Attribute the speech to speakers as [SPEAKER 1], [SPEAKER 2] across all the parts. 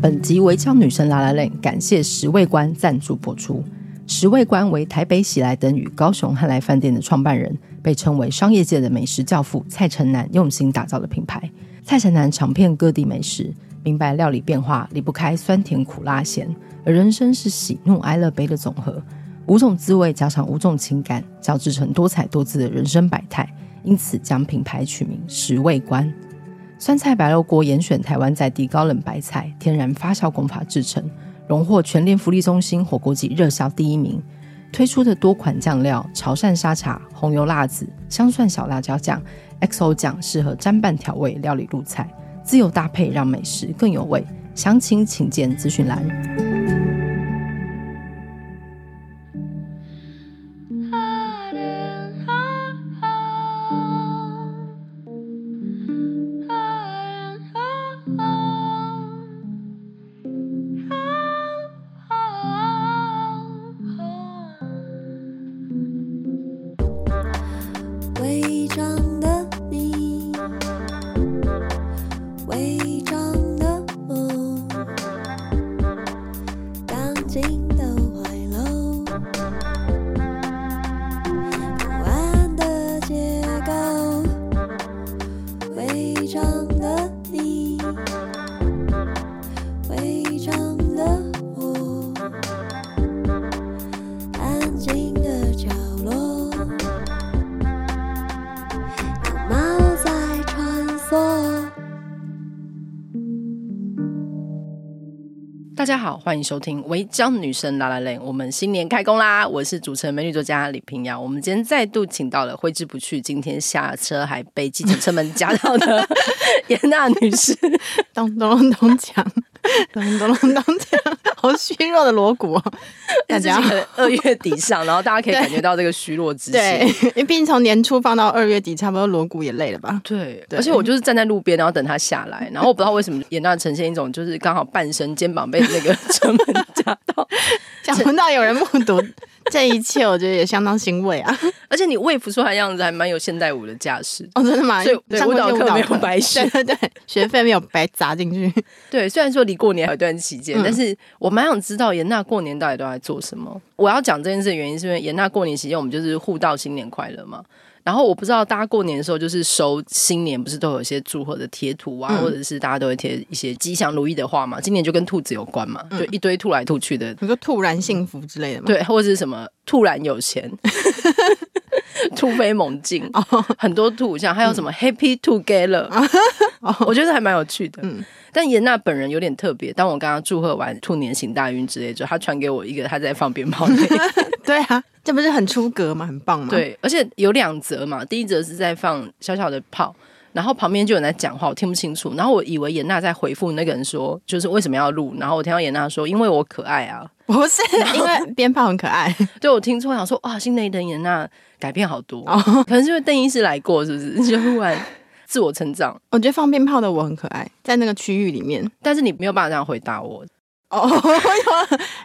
[SPEAKER 1] 本集《围枪女神拉拉链》感谢十位官赞助播出。十位官为台北喜来登与高雄汉来饭店的创办人，被称为商业界的美食教父蔡成南用心打造的品牌。蔡成南尝遍各地美食，明白料理变化离不开酸甜苦辣咸，而人生是喜怒哀乐悲的总和，五种滋味加上五种情感，交织成多彩多姿的人生百态。因此，将品牌取名“十味观”。酸菜白肉锅严选台湾在地高冷白菜，天然发酵工法制成，荣获全联福利中心火锅季热销第一名。推出的多款酱料：潮汕沙茶、红油辣子、香蒜小辣椒酱、XO 酱，适合沾拌调味料理入菜，自由搭配让美食更有味。详情请见资讯栏。
[SPEAKER 2] 伪装的你，伪装的我，钢筋的怀楼，不安的结构，伪装的你，伪装的我，安静的角落。猫在穿梭。
[SPEAKER 1] 大家好，欢迎收听《围江女神拉拉链》，我们新年开工啦！我是主持人美女作家李平遥。我们今天再度请到了挥之不去，今天下车还被计程车门夹到 的严娜女士。
[SPEAKER 3] 咚咚咚咚锵，咚咚咚咚锵，好虚弱的锣鼓、 哦，大家
[SPEAKER 1] 这是可能二月底上，然后大家可以感觉到这个虚弱之
[SPEAKER 3] 对
[SPEAKER 1] 气。，
[SPEAKER 3] 因为毕竟从年初放到二月底，差不多锣鼓也累了吧？
[SPEAKER 1] 对，
[SPEAKER 3] 对
[SPEAKER 1] 而且我就是站在路边，然后等她下来，然后我不知道为什么严娜呈现一种就是刚好半身肩膀被那个车门夹 到，
[SPEAKER 3] 想不到有人目睹这一切，我觉得也相当欣慰啊！
[SPEAKER 1] 而且你喂不出来的样子，还蛮有现代舞的架势的。
[SPEAKER 3] 哦，真的吗？
[SPEAKER 1] 所以对
[SPEAKER 3] 上
[SPEAKER 1] 舞
[SPEAKER 3] 过
[SPEAKER 1] 蹈
[SPEAKER 3] 就
[SPEAKER 1] 课没有白学
[SPEAKER 3] 对对对，学费没有白砸进去。
[SPEAKER 1] 对，虽然说离过年还有一段期间，
[SPEAKER 3] 嗯
[SPEAKER 1] 但是我蛮想知道严娜过年到底都在做什么。我要讲这件事的原因，是因为严娜过年期间我们就是互道新年快乐嘛。然后我不知道大家过年的时候，就是收新年不是都有一些祝贺的贴图啊，
[SPEAKER 3] 嗯
[SPEAKER 1] 或者是大家都会贴一些吉祥如意的话嘛。今年就跟兔子有关嘛，
[SPEAKER 3] 嗯
[SPEAKER 1] 就一堆吐来吐去的，
[SPEAKER 3] 你说突然幸福之类的吗？，
[SPEAKER 1] 对，或者是什么突然有钱。突飞猛进，
[SPEAKER 3] 哦
[SPEAKER 1] 很多兔像还有什
[SPEAKER 3] 嗯
[SPEAKER 1] 么 Happy Together，我觉得还蛮有趣的。
[SPEAKER 3] 哦嗯
[SPEAKER 1] 但严娜本人有点特别，当我刚刚祝贺完兔年行大运之类之后，她传给我一个她在放鞭炮的
[SPEAKER 3] 对啊，这不是很出格吗？很棒吗？，
[SPEAKER 1] 对，而且有两则嘛，第一则是在放小小的炮。然后旁边就有人在讲话，我听不清楚。然后我以为严娜在回复那个人说，就是为什么要录。然后我听到严娜说，因为我可爱啊。
[SPEAKER 3] 不是因为鞭炮很可爱，
[SPEAKER 1] 对我听错，我想说哇，新的一年严娜改变好多，
[SPEAKER 3] 哦
[SPEAKER 1] 可能是因为邓医师来过，是不是？ 就忽然自我成长。
[SPEAKER 3] 我觉得放鞭炮的我很可爱，在那个区域里面。
[SPEAKER 1] 但是你没有办法这样回答我。
[SPEAKER 3] 哦，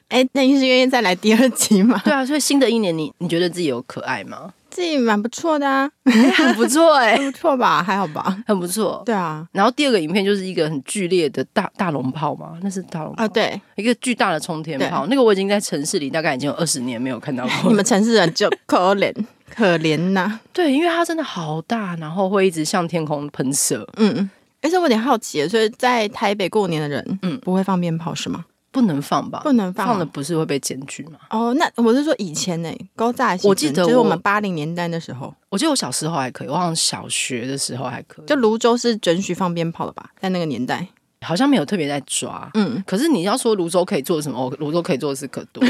[SPEAKER 3] 哎，那你是愿意再来第二 集吗？
[SPEAKER 1] 对啊，所以新的一年你你觉得自己有可爱 吗？
[SPEAKER 3] 自己蛮不错的啊，
[SPEAKER 1] 哎很不错哎、
[SPEAKER 3] 不错吧？还好吧？
[SPEAKER 1] 很不错。
[SPEAKER 3] 对啊，
[SPEAKER 1] 然后第二个影片就是一个很剧烈的大大龙炮嘛，那是大龙炮，
[SPEAKER 3] 啊对，
[SPEAKER 1] 一个巨大的冲天炮。那个我已经在城市里大概已经有二十年没有看到过。
[SPEAKER 3] 你们城市人就可怜可怜呐、
[SPEAKER 1] 对，因为它真的好大，然后会一直向天空喷射。
[SPEAKER 3] 嗯。而且我有点好奇，所以在台北过年的人，
[SPEAKER 1] 嗯
[SPEAKER 3] 嗯，不会放鞭炮是吗？
[SPEAKER 1] 不能放吧？
[SPEAKER 3] 不能放啊
[SPEAKER 1] 放了不是会被检举吗？
[SPEAKER 3] 哦，那我是说以前呢、高炸
[SPEAKER 1] 我记得
[SPEAKER 3] 就是我
[SPEAKER 1] 我
[SPEAKER 3] 们八零年代的时候，
[SPEAKER 1] 我记得我小时候还可以，我好像小学的时候还可以，
[SPEAKER 3] 就泸州是准许放鞭炮的吧？在那个年代，
[SPEAKER 1] 好像没有特别在抓。
[SPEAKER 3] 嗯，
[SPEAKER 1] 可是你要说泸州可以做什么？哦泸州可以做的事可多。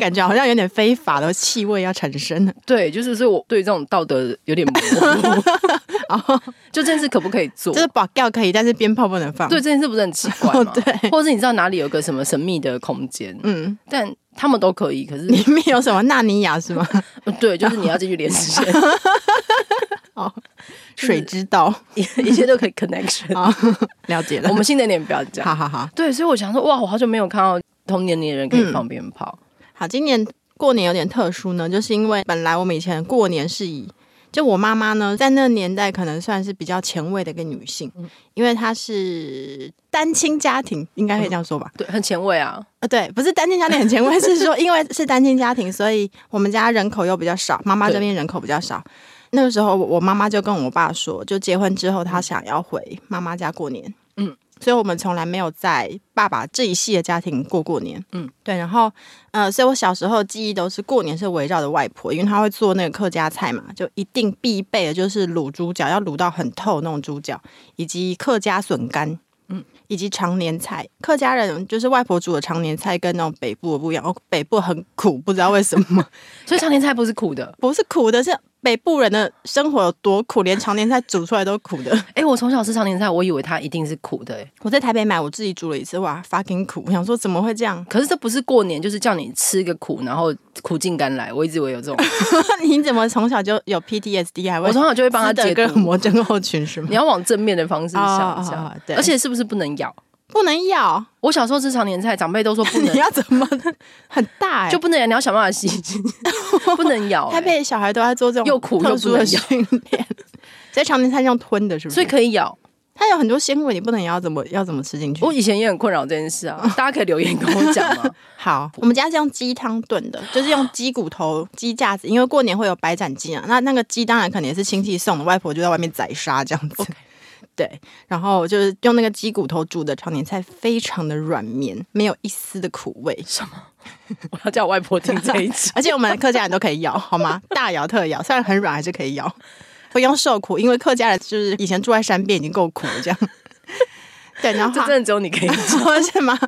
[SPEAKER 3] 感觉好像有点非法的气味要产生了。
[SPEAKER 1] 对，就是所以我对这种道德有点模糊，
[SPEAKER 3] 哦，
[SPEAKER 1] 就这件事可不可以做？
[SPEAKER 3] 就是保钓可以，但是鞭炮不能放。
[SPEAKER 1] 对，这件事不是很奇怪吗？
[SPEAKER 3] 哦对
[SPEAKER 1] 或者是你知道哪里有个什么神秘的空间，
[SPEAKER 3] 嗯，
[SPEAKER 1] 但他们都可以，可是
[SPEAKER 3] 里面有什么纳尼 亚是吗？
[SPEAKER 1] 呃对，就是你要继续连 线，
[SPEAKER 3] 水之道，
[SPEAKER 1] 一一切都可以 connection。
[SPEAKER 3] 好， 了解了。
[SPEAKER 1] 我们啊新的一年不要这样。
[SPEAKER 3] 哦好好好
[SPEAKER 1] 对，所以我想说，哇，我好久没有看到同年龄的人可以
[SPEAKER 3] 嗯
[SPEAKER 1] 放鞭炮，
[SPEAKER 3] 好，今年过年有点特殊呢，就是因为本来我们以前过年是以就我妈妈呢，在那个年代可能算是比较前卫的一个女性，
[SPEAKER 1] 嗯
[SPEAKER 3] 因为她是单亲家庭，应该可以这样说吧？
[SPEAKER 1] 对，很前卫啊。
[SPEAKER 3] 呃，对，不是单亲家庭很前卫，是说因为是单亲家庭，所以我们家人口又比较少，妈妈这边人口比较少。那个时候我，我妈妈就跟我爸说，就结婚之后，她想要回妈妈家过年。
[SPEAKER 1] 嗯，
[SPEAKER 3] 所以我们从来没有在爸爸这一系的家庭过过年。
[SPEAKER 1] 嗯，
[SPEAKER 3] 对。然后，呃，所以我小时候记忆都是过年是围绕着外婆，因为她会做那个客家菜嘛，就一定必备的就是卤猪脚，要卤到很透那种猪脚，以及客家笋干。以及常年菜，客家人就是外婆煮的常年菜，跟那种北部的不一样。哦，北部很苦，不知道为什么，
[SPEAKER 1] 所以常年菜不是苦的。
[SPEAKER 3] 不是苦的，是北部人的生活有多苦，连常年菜煮出来都苦的。
[SPEAKER 1] 哎、我从小吃常年菜，我以为它一定是苦的、哎，
[SPEAKER 3] 我在台北买，我自己煮了一次，哇，fucking 苦！我想说怎么会这样？
[SPEAKER 1] 可是这不是过年，就是叫你吃个苦，然后苦尽甘来。我一直以为有这种，
[SPEAKER 3] 你怎么从小就有 PTSD 还会？
[SPEAKER 1] 我从小就会帮他解
[SPEAKER 3] 个
[SPEAKER 1] 毒。
[SPEAKER 3] 魔症候群是吗
[SPEAKER 1] 你？要往正面的方式想一
[SPEAKER 3] 哦
[SPEAKER 1] 下
[SPEAKER 3] 哦哦，对
[SPEAKER 1] 而且是不是 不能咬？
[SPEAKER 3] 不能咬，
[SPEAKER 1] 我小时候吃常年菜，长辈都说不
[SPEAKER 3] 你
[SPEAKER 1] 能，
[SPEAKER 3] 要怎么 很大哎、
[SPEAKER 1] 就不能咬，你要想办法吸 进去，不能咬、
[SPEAKER 3] 台
[SPEAKER 1] 哎
[SPEAKER 3] 北小孩都在做这种
[SPEAKER 1] 又苦又
[SPEAKER 3] 特殊的
[SPEAKER 1] 不能咬
[SPEAKER 3] 训练， 所以常年菜是用吞的，是不是？
[SPEAKER 1] 所以可以咬。
[SPEAKER 3] 它有很多纤维，你不能要怎么要怎么吃进去。
[SPEAKER 1] 我以前也很困扰这件事啊，大家可以留言跟我讲吗？
[SPEAKER 3] 好，我们家是用鸡汤炖的，就是用鸡 骨头、鸡架子，因为过年会有白斩鸡啊。那那个鸡当然肯定也是亲戚送的，外婆就在外面宰杀这样子。 对，然后就是用那个鸡骨头煮的常年菜，非常的软绵，没有一丝的苦味。。
[SPEAKER 1] 我要叫我外婆听这一集
[SPEAKER 3] 而且我们客家人都可以咬，好吗？大咬特咬，虽然很软，还是可以咬，不用受苦，因为客家人就是以前住在山边已经够苦了这样。对，然后
[SPEAKER 1] 这真的只有你可以
[SPEAKER 3] 是吗？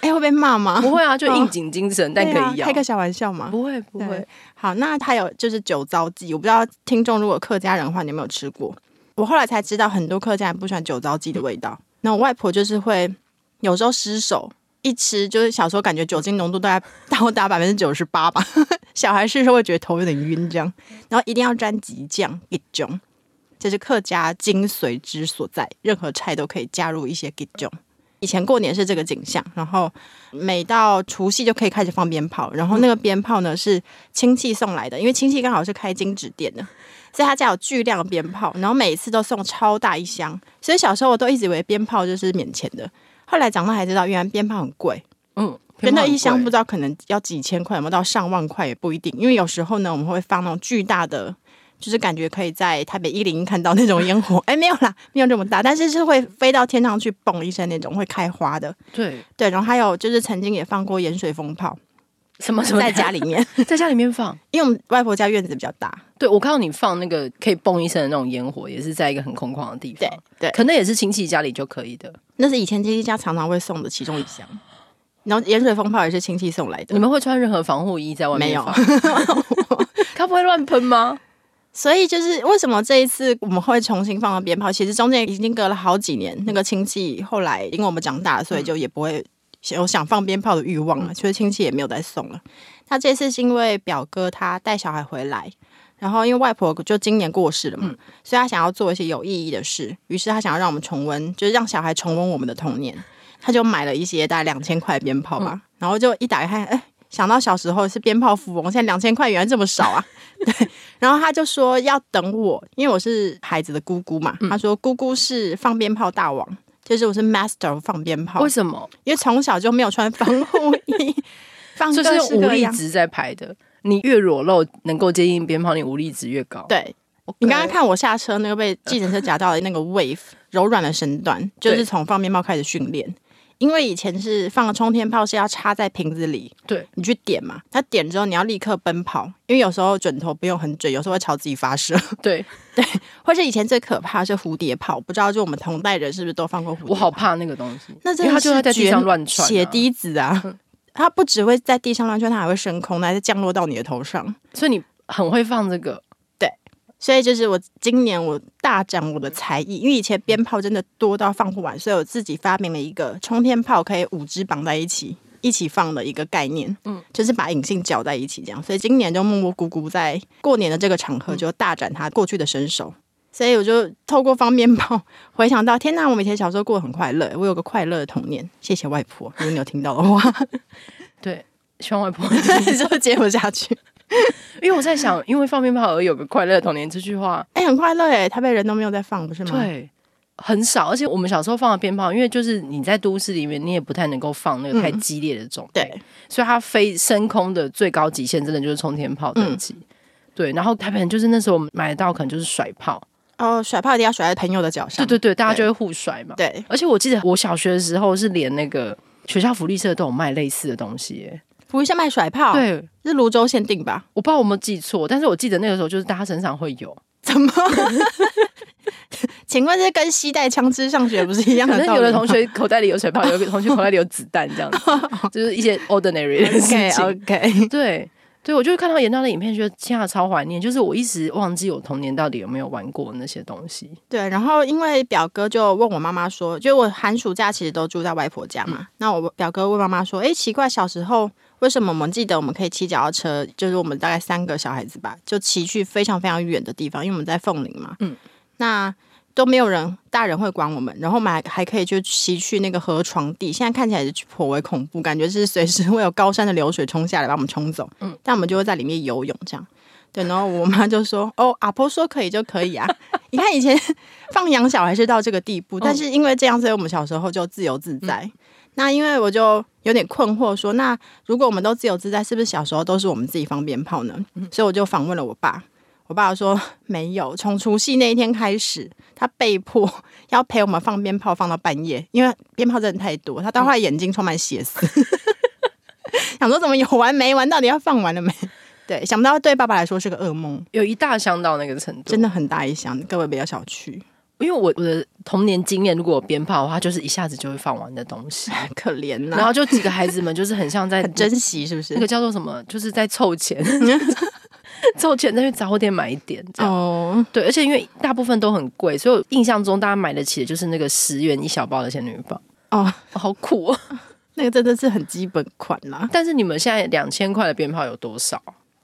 [SPEAKER 3] 哎、会被骂吗？
[SPEAKER 1] 不会啊，就应景精神，但可以
[SPEAKER 3] 对啊
[SPEAKER 1] 咬
[SPEAKER 3] 开。个小玩笑嘛。
[SPEAKER 1] 不会不会
[SPEAKER 3] 对，好，那还有就是酒糟鸡，我不知道听众如果客家人的话，你有没有吃过？我后来才知道，很多客家人不喜欢酒糟鸡的味道。那我外婆就是会有时候失手一吃，就是小时候感觉酒精浓度大概到达百分之九十八吧， 小孩是会觉得头有点晕这样，然后一定要沾吉酱一种。这是客家精髓之所在，任何菜都可以加入一些吉种。以前过年是这个景象，然后每到除夕就可以开始放鞭炮，然后那个鞭炮呢是亲戚送来的，因为亲戚刚好是开金纸店的，所以他家有巨量的鞭炮，然后每一次都送超大一箱，所以小时候我都一直以为鞭炮就是免钱的，后来长大才知道，原来鞭炮很贵，
[SPEAKER 1] 嗯，
[SPEAKER 3] 就那一箱不
[SPEAKER 1] 不
[SPEAKER 3] 知道可能要几千块，有没有到上万块也不一定，因为有时候呢我们会放那种巨大的。就是感觉可以在台北一零一看到那种烟火， 哎、没有啦，没有这么大，但是是会飞到天上去，嘣一声那种会开花的。
[SPEAKER 1] 对
[SPEAKER 3] 对，然后还有就是曾经也放过盐水风 炮，
[SPEAKER 1] 什么什么
[SPEAKER 3] 在家里面，
[SPEAKER 1] 在家里面放。
[SPEAKER 3] 因为我们外婆家院子比较大，
[SPEAKER 1] 对我看到你放那个可以嘣一声的那种烟火，也是在一个很空旷的地方
[SPEAKER 3] 对。对，
[SPEAKER 1] 可能也是亲戚家里就可以的。
[SPEAKER 3] 那是以前亲戚家常常会送的其中一项，然后盐水风炮也是亲戚送来
[SPEAKER 1] 你
[SPEAKER 3] 的，
[SPEAKER 1] 们会穿任何防护衣在外面
[SPEAKER 3] 没有
[SPEAKER 1] 放。 它不会乱喷吗？
[SPEAKER 3] 所以就是为什么这一次我们会重新放到鞭炮，其实中间已经隔了好几年，那个亲戚后来因为我们长大了，
[SPEAKER 1] 嗯
[SPEAKER 3] 所以就也不会有想放鞭炮的欲望了，所以亲戚也没有再送了。那这次是因为表哥他带小孩回来，然后因为外婆就今年过世了嘛，所以他想要做一些有意义的事，于是他想要让我们重温，就是让小孩重温我们的童年。他就买了一些大概两千块的鞭炮吧，然后就一打开看，哎、想到小时候是鞭炮富翁，现在两千块原来这么少啊！ 对，然后他就说要等我，因为我是孩子的姑姑嘛。他说姑姑是放鞭炮大王，就是我是 master of 放鞭炮
[SPEAKER 1] 为，什么？
[SPEAKER 3] 因为从小就没有穿防护衣，放
[SPEAKER 1] 就
[SPEAKER 3] 各
[SPEAKER 1] 是
[SPEAKER 3] 式
[SPEAKER 1] 用武
[SPEAKER 3] 各
[SPEAKER 1] 力
[SPEAKER 3] 样。
[SPEAKER 1] 值在排的。你越裸露，能够接近鞭炮，你武力值越高。
[SPEAKER 3] 对
[SPEAKER 1] OK，
[SPEAKER 3] 你刚刚看我下车那个被计程车夹到的那个 wave 柔软的身段，就是
[SPEAKER 1] 对
[SPEAKER 3] 从放鞭炮开始训练。因为以前是放冲天炮是要插在瓶子里，
[SPEAKER 1] 对，
[SPEAKER 3] 你去点嘛，它点之后你要立刻奔跑，因为有时候准头不用很准，有时候会朝自己发射。
[SPEAKER 1] 对，
[SPEAKER 3] 或是以前最可怕的是蝴蝶炮，不知道就我们同代人是不是都放过蝴蝶炮？
[SPEAKER 1] 我好怕那个东西。
[SPEAKER 3] 那真
[SPEAKER 1] 因为它
[SPEAKER 3] 的
[SPEAKER 1] 就会在地
[SPEAKER 3] 绝
[SPEAKER 1] 上乱窜啊
[SPEAKER 3] 血滴子啊！它不只会在地上乱窜，它还会升空，还是降落到你的头上。
[SPEAKER 1] 所以你很会放这个。
[SPEAKER 3] 所以就是我今年我大展我的才艺，因为以前鞭炮真的多到放不完，所以我自己发明了一个冲天炮，可以五支绑在一起一起放的一个概念，嗯，就是把引信搅在一起这样。所以今年就默默咕咕在过年的这个场合就大展他过去的身手。所以我就透过放鞭炮回想到，天哪！我们以前小时候过得很快乐，我有个快乐的童年。谢谢 外婆，如果你有听到的话，
[SPEAKER 1] 对，希望外婆
[SPEAKER 3] 就接不下去。
[SPEAKER 1] 因为我在想，因为放鞭炮而有个快乐童年这句话，
[SPEAKER 3] 哎、很快乐哎，台北人都没有在放，不是吗？，
[SPEAKER 1] 对，很少。而且我们小时候放的鞭炮，因为就是你在都市里面，你也不太能够放那个太
[SPEAKER 3] 嗯
[SPEAKER 1] 激烈的种类，
[SPEAKER 3] 对，
[SPEAKER 1] 所以它飞升空的最高极限，真的就是冲天炮
[SPEAKER 3] 嗯
[SPEAKER 1] 等级。对，然后台北人就是那时候我们买得到，可能就是甩炮，
[SPEAKER 3] 哦，甩炮一定要甩在朋友的脚上。
[SPEAKER 1] 对对对，大家
[SPEAKER 3] 对
[SPEAKER 1] 就会互甩嘛。
[SPEAKER 3] 对，
[SPEAKER 1] 而且我记得我小学的时候是连那个学校福利社都有卖类似的东西耶、
[SPEAKER 3] 福一山卖甩炮，，
[SPEAKER 1] 对，
[SPEAKER 3] 是泸州限定吧？
[SPEAKER 1] 我不知道我有没有记错，但是我记得那个时候就是大家身上会有，
[SPEAKER 3] 怎么？ 请问这跟吸带枪支上学不是一样
[SPEAKER 1] 可
[SPEAKER 3] 的
[SPEAKER 1] 能
[SPEAKER 3] 道理吗？
[SPEAKER 1] 有的同学口袋里有水泡，有的同学口袋里有子弹，这 样子，就是一些 ordinary 的事情。
[SPEAKER 3] OK OK，
[SPEAKER 1] 对对，我就看到演到的影片，觉得天啊，超怀念。就是我一时忘记我童年到底有没有玩过那些东西。
[SPEAKER 3] 对，然后因为表哥就问我妈妈说，就我寒暑假其实都住在外婆家嘛。那我表哥问妈妈说，诶，奇怪，小时候为什么我们记得我们可以骑脚踏车？就是我们大概三个小孩子吧，就骑去非常非常远的地方，因为我们在凤林嘛。
[SPEAKER 1] 嗯，
[SPEAKER 3] 那都没有人大人会管我们，然后我们还还可以就骑去那个河床地，现在看起来是颇为恐怖，感觉是随时会有高山的流水冲下来把我们冲走。嗯，但我们就会在里面游泳这样。对，然后我妈就说：“哦，阿婆说可以就可以啊。你看以前放养小孩是到这个地步，但是因为这样，所以我们小时候就自由自在。那因为我就有点困惑说那如果我们都自由自在，是不是小时候都是我们自己放鞭炮呢？所以我就访问了我爸。我爸说没有，从除夕那一天开始，他被迫 要陪我们放鞭炮，放到半夜，因为鞭炮真的太多，他到后来眼睛充满血丝， 想说怎么有完没完，到底要放完了没？对，想不到对爸爸来说是个噩梦，
[SPEAKER 1] 有一大箱到那个程度，
[SPEAKER 3] 真的很大一箱，各位比较少去，
[SPEAKER 1] 因为我我的童年经验，如果有鞭炮的话，就是一下子就会放完的东 西，
[SPEAKER 3] 可怜啊呐、
[SPEAKER 1] 然后就几个孩子们就是很像在
[SPEAKER 3] 很珍惜是不是？
[SPEAKER 1] 那个叫做什么，就是在凑 钱，凑钱再去杂货店买一点这样。
[SPEAKER 3] 哦，
[SPEAKER 1] 对，而且因为大部分都很贵，所以我印象中大家买得起的就是那个十元一小包的仙女棒，
[SPEAKER 3] 哦，
[SPEAKER 1] 哦好苦哦！
[SPEAKER 3] 那个真的是很基本款啦，
[SPEAKER 1] 但是你们现在两千块的鞭炮有多少？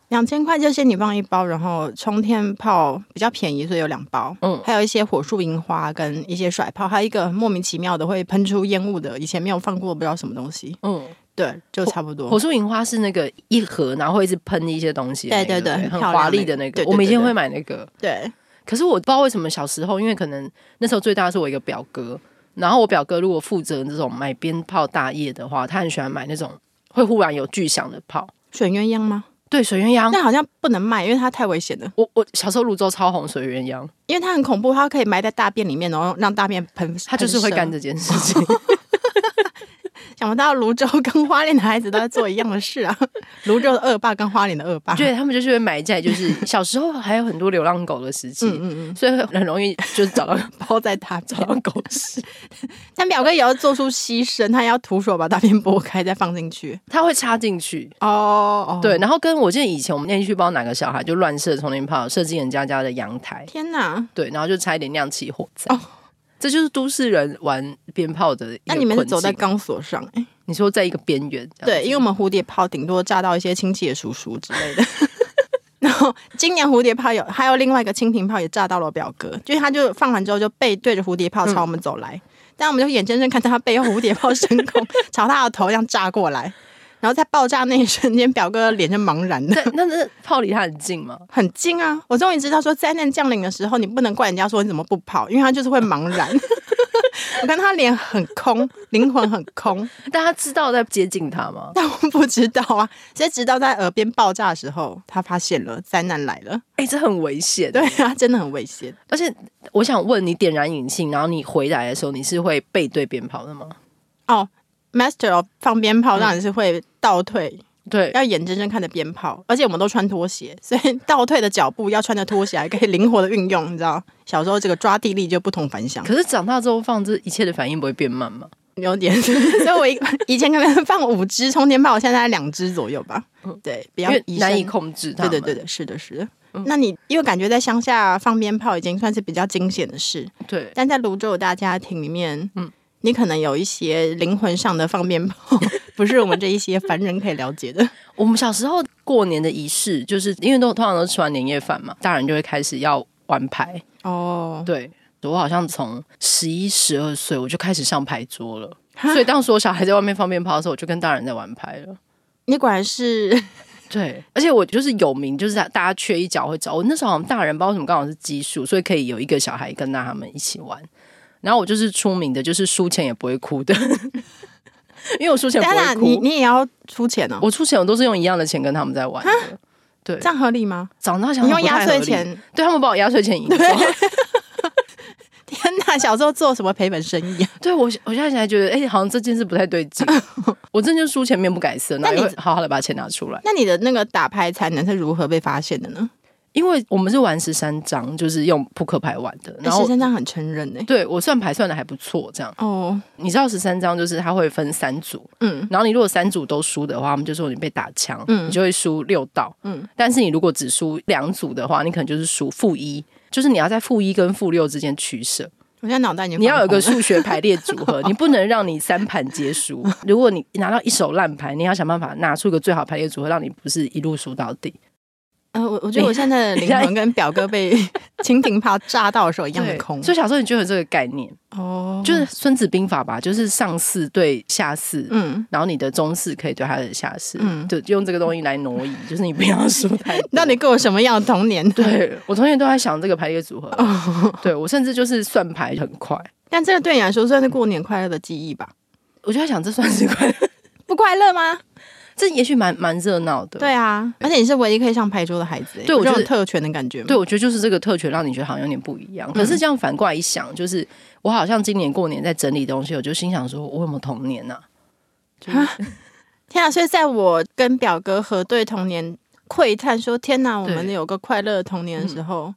[SPEAKER 3] 两千块就仙女棒一包，然后冲天炮比较便宜，所以有两包，
[SPEAKER 1] 嗯
[SPEAKER 3] 还有一些火树银花跟一些甩炮，还有一个莫名其妙的会喷出烟雾的，以前没有放过不知道什么东西，
[SPEAKER 1] 嗯，
[SPEAKER 3] 对，就差不多
[SPEAKER 1] 火。树银花是那个一盒，然后会一直喷一些东西的那个，
[SPEAKER 3] 对对对很
[SPEAKER 1] 很
[SPEAKER 3] 漂亮
[SPEAKER 1] 华丽的那
[SPEAKER 3] 那个对
[SPEAKER 1] 个。
[SPEAKER 3] 对
[SPEAKER 1] 我们以前
[SPEAKER 3] 对对
[SPEAKER 1] 会买那个，
[SPEAKER 3] 对，
[SPEAKER 1] 可是我不知道为什么小时候，因为可能那时候最大的是我一个表哥，然后我表哥如果负责这种买鞭炮大业的话，他很喜欢买那种会忽然有巨响的炮，
[SPEAKER 3] 水鸳鸯吗？
[SPEAKER 1] 对，水鸳鸯。
[SPEAKER 3] 那好像不能卖，因为它太危险了，
[SPEAKER 1] 我我小时候泸州超红水鸳鸯，
[SPEAKER 3] 因为它很恐怖，它可以埋在大便里面，然后让大便喷。
[SPEAKER 1] 他就是会
[SPEAKER 3] 喷射
[SPEAKER 1] 干这件事 情。
[SPEAKER 3] 想不到泸州跟花莲的孩子都在做一样的事啊！ 泸州的恶霸跟花莲的恶霸，
[SPEAKER 1] 对，他们就是会埋在，就是小时候还有很多流浪狗的时期，
[SPEAKER 3] 嗯嗯嗯，
[SPEAKER 1] 所以很容易就是找到
[SPEAKER 3] 包在大
[SPEAKER 1] 找
[SPEAKER 3] 便。
[SPEAKER 1] 到狗屎。
[SPEAKER 3] 但表哥也要做出牺牲，他也要徒手把大便剥开再放进去。
[SPEAKER 1] 他会插进去。
[SPEAKER 3] 哦哦，
[SPEAKER 1] 对，，然后跟我记得以前我们那天去不知道哪个小孩就乱射充电炮，射进人家家的阳台，
[SPEAKER 3] 天哪！
[SPEAKER 1] 对，然后就差一点酿起火灾。
[SPEAKER 3] 哦
[SPEAKER 1] 这就是都市人玩鞭炮的一个
[SPEAKER 3] 那你们是
[SPEAKER 1] 困
[SPEAKER 3] 走在
[SPEAKER 1] 境
[SPEAKER 3] 钢索上、哎
[SPEAKER 1] 你说在一个边缘，
[SPEAKER 3] 对，因为
[SPEAKER 1] 为
[SPEAKER 3] 我们蝴蝶炮顶多炸到一些亲戚的叔叔之类的。然后今年蝴蝶炮有，还有另外一个蜻蜓炮也炸到了我表哥，就是他就放完之后就背对着蝴蝶炮朝我们走来，但我们就眼睁睁看到他背后蝴蝶炮升空 朝他的头这样炸过来，然后在爆炸那一瞬间，表哥脸是茫然的。
[SPEAKER 1] 在那那炮离他很近嘛，
[SPEAKER 3] 很近啊！我终于知道说灾难降临的时候，你不能怪人家说你怎么不跑，因为他就是会茫然。我看他脸很空，灵魂很空，
[SPEAKER 1] 但他知道在接近他吗？
[SPEAKER 3] 但我不知道啊。所以直到在耳边爆炸的时候，他发现了灾难来了。
[SPEAKER 1] 哎、这很危险。
[SPEAKER 3] 对，啊，真的很危险。
[SPEAKER 1] 而且我想问你，点燃引信，然后你回来的时候，你是会背对鞭炮的吗？
[SPEAKER 3] 哦，Master of 放鞭炮当然是会倒退，
[SPEAKER 1] 对，
[SPEAKER 3] 要眼睁睁看着鞭炮，而且我们都穿拖鞋，所以倒退的脚步要穿着拖鞋，还可以灵活的运用。你知道，小时候这个抓地力就不同凡响。
[SPEAKER 1] 可是长大之后放这一切的反应不会变慢吗？
[SPEAKER 3] 有点， 所以 我以以前可能放五支充电炮，我现在大概两支左右吧。对，
[SPEAKER 1] 嗯因
[SPEAKER 3] 比较
[SPEAKER 1] 为
[SPEAKER 3] 宜
[SPEAKER 1] 难以
[SPEAKER 3] 身
[SPEAKER 1] 控制它们。
[SPEAKER 3] 对
[SPEAKER 1] 嗯
[SPEAKER 3] 对对对，是的，是的。那你因为感觉在乡下放鞭炮已经算是比较惊险的事，
[SPEAKER 1] 对，
[SPEAKER 3] 但在泸州的大家庭里面，嗯，你可能有一些灵魂上的放鞭炮， 不是我们这一些凡人可以了解的。
[SPEAKER 1] 我们小时候过年的仪式，就是因为都通常都吃完年夜饭嘛，大人就会开始要玩牌。
[SPEAKER 3] 哦，
[SPEAKER 1] 对我好像从十一、十二岁我就开始上牌桌了，所以当时我小孩在外面放鞭炮的时候，我就跟大人在玩牌了。
[SPEAKER 3] 你果然是
[SPEAKER 1] 对，而且我就是有名，就是大家缺一角会找我。那时候好像大人不知道为什么刚好是奇数，所以可以有一个小孩跟着他们一起玩。然后我就是出名的，就是输钱也不会哭的， 因为我输钱 不
[SPEAKER 3] 当
[SPEAKER 1] 会
[SPEAKER 3] 然，你
[SPEAKER 1] 哭。
[SPEAKER 3] 你也要出钱哦，
[SPEAKER 1] 我出钱我都是用一样的钱跟他们在玩的。对
[SPEAKER 3] 这，样合理吗？
[SPEAKER 1] 长大想
[SPEAKER 3] 你
[SPEAKER 1] 想
[SPEAKER 3] 用
[SPEAKER 1] 不太
[SPEAKER 3] 压岁
[SPEAKER 1] 合理，
[SPEAKER 3] 钱，
[SPEAKER 1] 对他们把我压岁钱赢光。
[SPEAKER 3] 天哪！小时候做什么赔本生意啊？
[SPEAKER 1] 对我，我现在才觉得，哎、好像这件事不太对劲。我真的就输钱面不改色，然
[SPEAKER 3] 那
[SPEAKER 1] 后
[SPEAKER 3] 你
[SPEAKER 1] 也会好好的把钱拿出来。
[SPEAKER 3] 那你的那个打牌才能是如何被发现的呢？
[SPEAKER 1] 因为我们是玩十三张，就是用扑克牌玩的，然
[SPEAKER 3] 哎
[SPEAKER 1] 后
[SPEAKER 3] 十。三张很成人哎、
[SPEAKER 1] 对我算牌算的还不错，这样
[SPEAKER 3] 哦，
[SPEAKER 1] 你知道十三张就是它会分三组，
[SPEAKER 3] 嗯，
[SPEAKER 1] 然后你如果三组都输的话，我们就说你被打枪，
[SPEAKER 3] 嗯
[SPEAKER 1] 你就会输六道，
[SPEAKER 3] 嗯
[SPEAKER 1] 但是你如果只输两组的话，你可能就是输负一，就是你要在负一跟负六之间取舍，
[SPEAKER 3] 我现在脑袋已经
[SPEAKER 1] 你要有一
[SPEAKER 3] 放空
[SPEAKER 1] 个
[SPEAKER 3] 了
[SPEAKER 1] 数学排列组合，你不能让你三盘皆输。如果你拿到一手烂牌，你要想办法拿出一个最好排列组合，让你不是一路输到底。
[SPEAKER 3] 呃，我我觉得我现在的灵魂跟表哥被蜻蜓炮炸到的时候一 样的空。
[SPEAKER 1] 所以小时候你就有这个概念，
[SPEAKER 3] 哦，
[SPEAKER 1] 就是《孙子兵法》吧，就是上士对下士，
[SPEAKER 3] 嗯，
[SPEAKER 1] 然后你的中士可以对他的下士，
[SPEAKER 3] 嗯
[SPEAKER 1] 就用这个东西来挪移，就是你不要输 太多。
[SPEAKER 3] 到底跟我什么样的童年？，
[SPEAKER 1] 对我同学都在想这个排列组合，
[SPEAKER 3] 哦
[SPEAKER 1] 对我甚至就是算牌很快，
[SPEAKER 3] 但这个对你来说算是过年快乐的记忆吧？
[SPEAKER 1] 我就在想这算是快乐，
[SPEAKER 3] 不快乐吗？
[SPEAKER 1] 这也许蛮蛮热闹的。
[SPEAKER 3] 对啊，而且你是唯一可以上牌桌的孩子、欸，
[SPEAKER 1] 对
[SPEAKER 3] 有这
[SPEAKER 1] 我
[SPEAKER 3] 种
[SPEAKER 1] 就是
[SPEAKER 3] 特权的嗯感觉吗？
[SPEAKER 1] 对，我觉得就是这个特权让你觉得好像有点不一样。可是这样反过来一想，就是我好像今年过年在整理东西，我就心想说，我有没有童年呐、啊？
[SPEAKER 3] 天啊！所以在我跟表哥核对童年窥探说，天哪，我们
[SPEAKER 1] 对嗯
[SPEAKER 3] 有个快乐的童年的时候，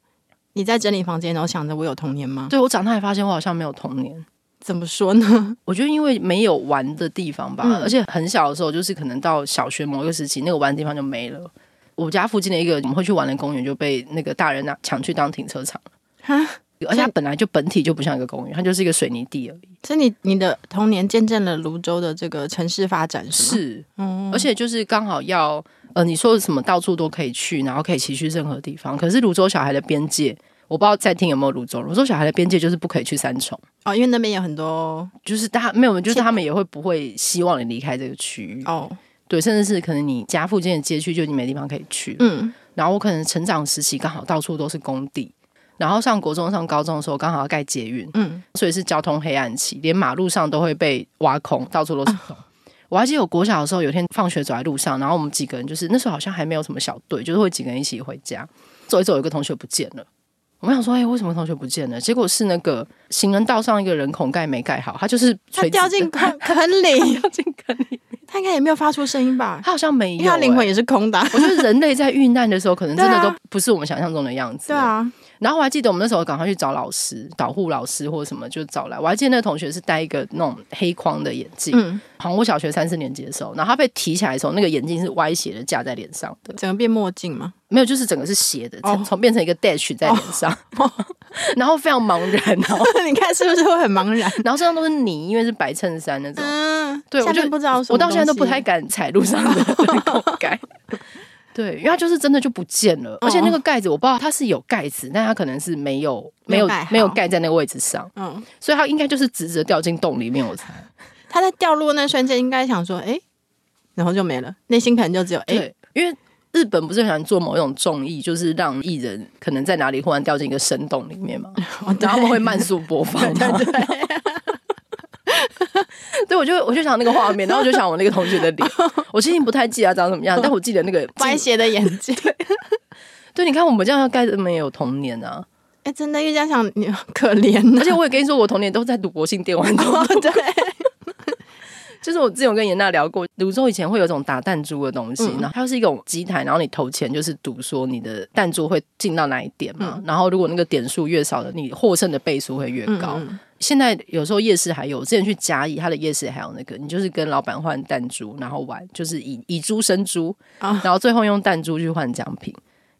[SPEAKER 3] 你在整理房间，然后想着我有童年吗？
[SPEAKER 1] 对我长大也发现我好像没有童年。
[SPEAKER 3] 怎么说呢？
[SPEAKER 1] 我觉得因为没有玩的地方吧，
[SPEAKER 3] 嗯
[SPEAKER 1] 而且很小的时候，就是可能到小学某一个时期，那个玩的地方就没了。我家附近的一个我们会去玩的公园就被那个大人拿抢去当停车场，
[SPEAKER 3] 哈，
[SPEAKER 1] 而且它本来就本体就不像一个公园，它就是一个水泥地而已。
[SPEAKER 3] 所以你你的童年见证了泸州的这个城市发展，是吗？
[SPEAKER 1] 是，
[SPEAKER 3] 嗯
[SPEAKER 1] 而且就是刚好要呃，你说什么到处都可以去，然后可以骑去任何地方。可是泸州小孩的边界，我不知道在听有没有泸州，泸州小孩的边界就是不可以去三重，
[SPEAKER 3] 哦，因为那边有很多
[SPEAKER 1] 就是他没有，就是
[SPEAKER 3] 现
[SPEAKER 1] 他们也会不会希望你离开这个区域，
[SPEAKER 3] 哦，
[SPEAKER 1] 对，甚至是可能你家附近的街区就已经没地方可以去了。
[SPEAKER 3] 嗯，
[SPEAKER 1] 然后我可能成长时期刚好到处都是工地。然后上国中、上高中的时候，刚好要盖捷运，
[SPEAKER 3] 嗯，
[SPEAKER 1] 所以是交通黑暗期，连马路上都会被挖空，到处都
[SPEAKER 3] 啊
[SPEAKER 1] 是洞。我还记得我国小的时候，有一天放学走在路上，然后我们几个人就是那时候好像还没有什么小队，就是会几个人一起回家，走一走，有一个同学不见了。我们想说，哎、为什么同学不见了？结果是那个行人道上一个人孔盖没盖好，他就是
[SPEAKER 3] 他
[SPEAKER 1] 垂直
[SPEAKER 3] 掉进
[SPEAKER 1] 的
[SPEAKER 3] 坑坑里，
[SPEAKER 1] 掉进坑里，
[SPEAKER 3] 他应该也没有发出声音吧？
[SPEAKER 1] 他好像没有、
[SPEAKER 3] 因为他灵魂
[SPEAKER 1] 哎
[SPEAKER 3] 也是空的啊、
[SPEAKER 1] 我觉得人类在遇难的时候，可能真的
[SPEAKER 3] 对啊
[SPEAKER 1] 都不是我们想象中的样子。
[SPEAKER 3] 对啊，
[SPEAKER 1] 然后我还记得我们那时候赶快去找老师、导护老师或什么，就找来。我还记得那个同学是戴一个那种黑框的眼镜，
[SPEAKER 3] 嗯，
[SPEAKER 1] 好像我小学三四年级的时候，然后他被提起来的时候，那个眼镜是歪斜的架在脸上的，
[SPEAKER 3] 整个变墨镜嘛，
[SPEAKER 1] 没有，就是整个是斜的，
[SPEAKER 3] 哦
[SPEAKER 1] 从从变成一个 dash 在脸上， 然后非常茫然，然后
[SPEAKER 3] 你看是不是会很茫然？
[SPEAKER 1] 然后身上都是泥，因为是白衬衫那种。
[SPEAKER 3] 嗯，
[SPEAKER 1] 对，
[SPEAKER 3] 下
[SPEAKER 1] 我就
[SPEAKER 3] 面不知道什么
[SPEAKER 1] 我到现在都不太
[SPEAKER 3] 东西
[SPEAKER 1] 敢踩路上的口盖。
[SPEAKER 3] 啊
[SPEAKER 1] 对，因为它就是真的就不见
[SPEAKER 3] 哦
[SPEAKER 1] 了，而且那个盖子我不知道它是有盖子，但它可能是没有
[SPEAKER 3] 没
[SPEAKER 1] 没
[SPEAKER 3] 有
[SPEAKER 1] 有
[SPEAKER 3] 盖好
[SPEAKER 1] 没有盖在那个位置上，
[SPEAKER 3] 嗯，
[SPEAKER 1] 所以它应该就是直着掉进洞里面，我猜。
[SPEAKER 3] 他在掉落那瞬间应该想说，哎、然后就没了，内心可能就只有哎、
[SPEAKER 1] 对，因为日本不是很喜欢做某一种综艺，就是让艺人可能在哪里忽然掉进一个深洞里面 嘛，
[SPEAKER 3] 哦对
[SPEAKER 1] 然后他们会慢速播放。 对对对。对，我就我就想那个画面，然后我就想我那个同学的脸， 我其实已经不太记得他啊长什么样，但我记得那 个
[SPEAKER 3] 歪斜的眼睛，哎、
[SPEAKER 1] 对，你看我们这样该怎么也有童年 啊？
[SPEAKER 3] 真的，又这样想，你可怜呢、。
[SPEAKER 1] 而且我也跟你说，我童年都在赌博性电玩中
[SPEAKER 3] 哦， 对，
[SPEAKER 1] 就是我之前有跟严娜聊过，泸州以前会有一种打弹珠的东西，
[SPEAKER 3] 嗯
[SPEAKER 1] 然后它是一种机台，然后你投钱就是赌说你的弹珠会进到哪一点嘛，然后如果那个点数越少的，你获胜的倍数会越高。
[SPEAKER 3] 嗯
[SPEAKER 1] 现在有时候夜市还有，我之前去嘉义，它的夜市还有那个，你就是跟老板换弹珠，然后玩，就是以以珠生珠，
[SPEAKER 3] 啊
[SPEAKER 1] 然后最后用弹珠去换奖品。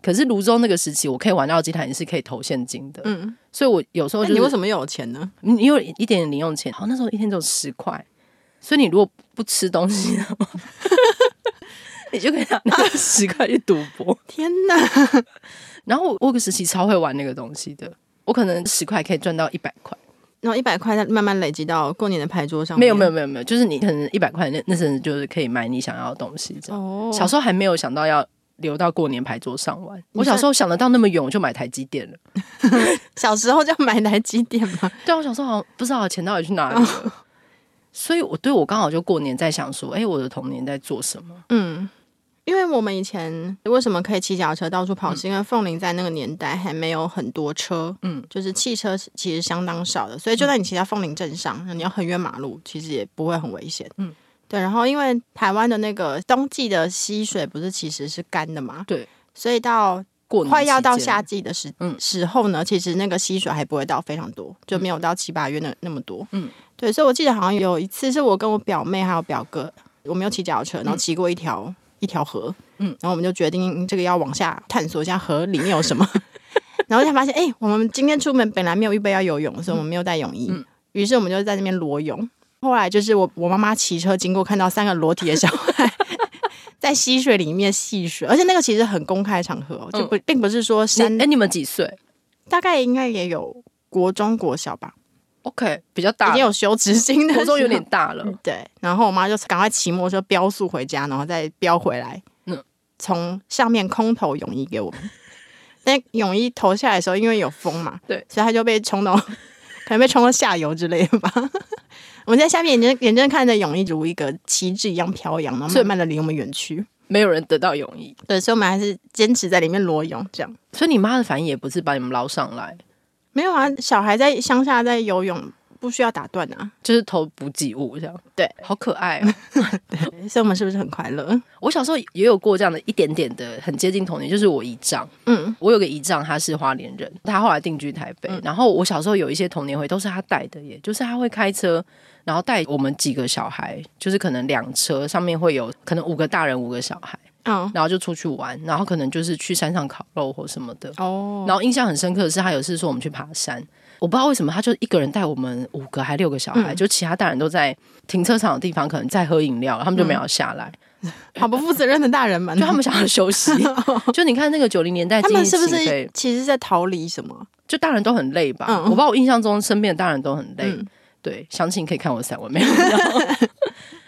[SPEAKER 1] 可是泸州那个时期，我可以玩到机台，你是可以投现金的，
[SPEAKER 3] 嗯，
[SPEAKER 1] 所以我有时候
[SPEAKER 3] 那
[SPEAKER 1] 就是
[SPEAKER 3] 你为什么又有钱呢？
[SPEAKER 1] 你你有一点点零用钱，好，那时候一天只有十块，所以你如果不吃东西的话，你就可以拿那十块去赌博。
[SPEAKER 3] 天哪，
[SPEAKER 1] 然后我我有个时期超会玩那个东西的，我可能十块可以赚到一百块，
[SPEAKER 3] 然后一百块再慢慢累积到过年的牌桌上。
[SPEAKER 1] 没有没有
[SPEAKER 3] 有，
[SPEAKER 1] 没有没有，就是你可能一百块那那甚至就是可以买你想要的东西这样。
[SPEAKER 3] 哦，
[SPEAKER 1] 小时候还没有想到要留到过年牌桌上玩，
[SPEAKER 3] 你
[SPEAKER 1] 我小
[SPEAKER 3] 算
[SPEAKER 1] 时候想得到那么远，我就买台积电了。
[SPEAKER 3] 小时候就买台积电嘛，
[SPEAKER 1] 对啊，我小时候好像不知道钱到底去哪里 了，所以我对我刚好就过年在想说，哎，我的童年在做什么？
[SPEAKER 3] 嗯，因为我们以前为什么可以骑脚踏车到处跑，是因为凤林在那个年代还没有很多车，
[SPEAKER 1] 嗯
[SPEAKER 3] 嗯，就是汽车是其实相当少的，所以就算你骑到凤林镇上，你要横越马路，其实也不会很危险，
[SPEAKER 1] 嗯
[SPEAKER 3] 嗯。对，然后因为台湾的那个冬季的溪水不是其实是干的嘛，
[SPEAKER 1] 对，
[SPEAKER 3] 所以到
[SPEAKER 1] 过年
[SPEAKER 3] 快要到
[SPEAKER 1] 期间
[SPEAKER 3] 夏季的时、
[SPEAKER 1] 嗯
[SPEAKER 3] 时候呢，其实那个溪水还不会到非常多，就没有到七八月那那么多。
[SPEAKER 1] 嗯
[SPEAKER 3] 嗯，对，所以我记得好像有一次是我跟我表妹还有表哥，我们有骑脚踏车，然后骑过一条、一条河，
[SPEAKER 1] 嗯
[SPEAKER 3] 嗯，然后我们就决定这个要往下探索一下河里面有什么， 然后才发现，哎、我们今天出门本来没有预备要游泳，所以我们没有带泳衣，
[SPEAKER 1] 嗯
[SPEAKER 3] 于是我们就在那边裸泳。后来就是我我妈妈骑车经过，看到三个裸体的小孩 在溪水里面戏水，而且那个其实很公开的场合、哦，就不、并不是说山
[SPEAKER 1] 嗯你哎，你们几岁
[SPEAKER 3] 大概应该也有国中、国小吧，
[SPEAKER 1] ？OK，比较
[SPEAKER 3] 已
[SPEAKER 1] 大
[SPEAKER 3] 经
[SPEAKER 1] 了，
[SPEAKER 3] 有羞耻心的时
[SPEAKER 1] 国
[SPEAKER 3] 候，
[SPEAKER 1] 中有点大了。
[SPEAKER 3] 对。然后我妈就赶快骑摩托车飙速回家，然后再飙回来，
[SPEAKER 1] 嗯
[SPEAKER 3] 从上面空投泳衣给我们。但泳衣投下来的时候，因为有风嘛，
[SPEAKER 1] 对
[SPEAKER 3] 所以它就被冲到， 可能被冲到下游之类的吧。 我们在下面眼睁眼睁看着泳衣如一个旗帜一样飘扬，然后
[SPEAKER 1] 所以
[SPEAKER 3] 慢慢的离我们远去。
[SPEAKER 1] 没有人得到泳衣，
[SPEAKER 3] 对，所以我们还是坚持在里面裸泳，这样
[SPEAKER 1] 所以你妈的反应也不是把你们捞上来，
[SPEAKER 3] 没有啊。小孩在乡下在游泳，不需要打断啊。
[SPEAKER 1] 就是投补给物这样。
[SPEAKER 3] 对，
[SPEAKER 1] 好可爱、哦。
[SPEAKER 3] 所以我们是不是很快乐？
[SPEAKER 1] 我小时候也有过这样的一点点的很接近童年，就是我姨丈，
[SPEAKER 3] 嗯，
[SPEAKER 1] 我有个姨丈，他是花莲人，他后来定居台北。然后我小时候有一些童年回都是他带的耶，就是他会开车，然后带我们几个小孩，就是可能两车上面会有可能五个大人五个小孩，
[SPEAKER 3] 哦
[SPEAKER 1] 然后就出去玩，然后可能就是去山上烤肉或什么的。
[SPEAKER 3] 哦，
[SPEAKER 1] 然后印象很深刻的是，他有一次说我们去爬山，我不知道为什么他就一个人带我们五个还六个小孩，
[SPEAKER 3] 嗯
[SPEAKER 1] 就其他大人都在停车场的地方可能在喝饮料，他们就
[SPEAKER 3] 嗯
[SPEAKER 1] 没有下来，
[SPEAKER 3] 好不负责任的大人们，
[SPEAKER 1] 就他们想要休 息。就你看那个九零年代，
[SPEAKER 3] 他们是不
[SPEAKER 1] 经济起飞
[SPEAKER 3] 是其实在逃离什么？
[SPEAKER 1] 就大人都很累吧？
[SPEAKER 3] 嗯
[SPEAKER 1] 我把我印象中身边的大人都很累。
[SPEAKER 3] 嗯
[SPEAKER 1] 对，详情可以看我的散文没有。 然后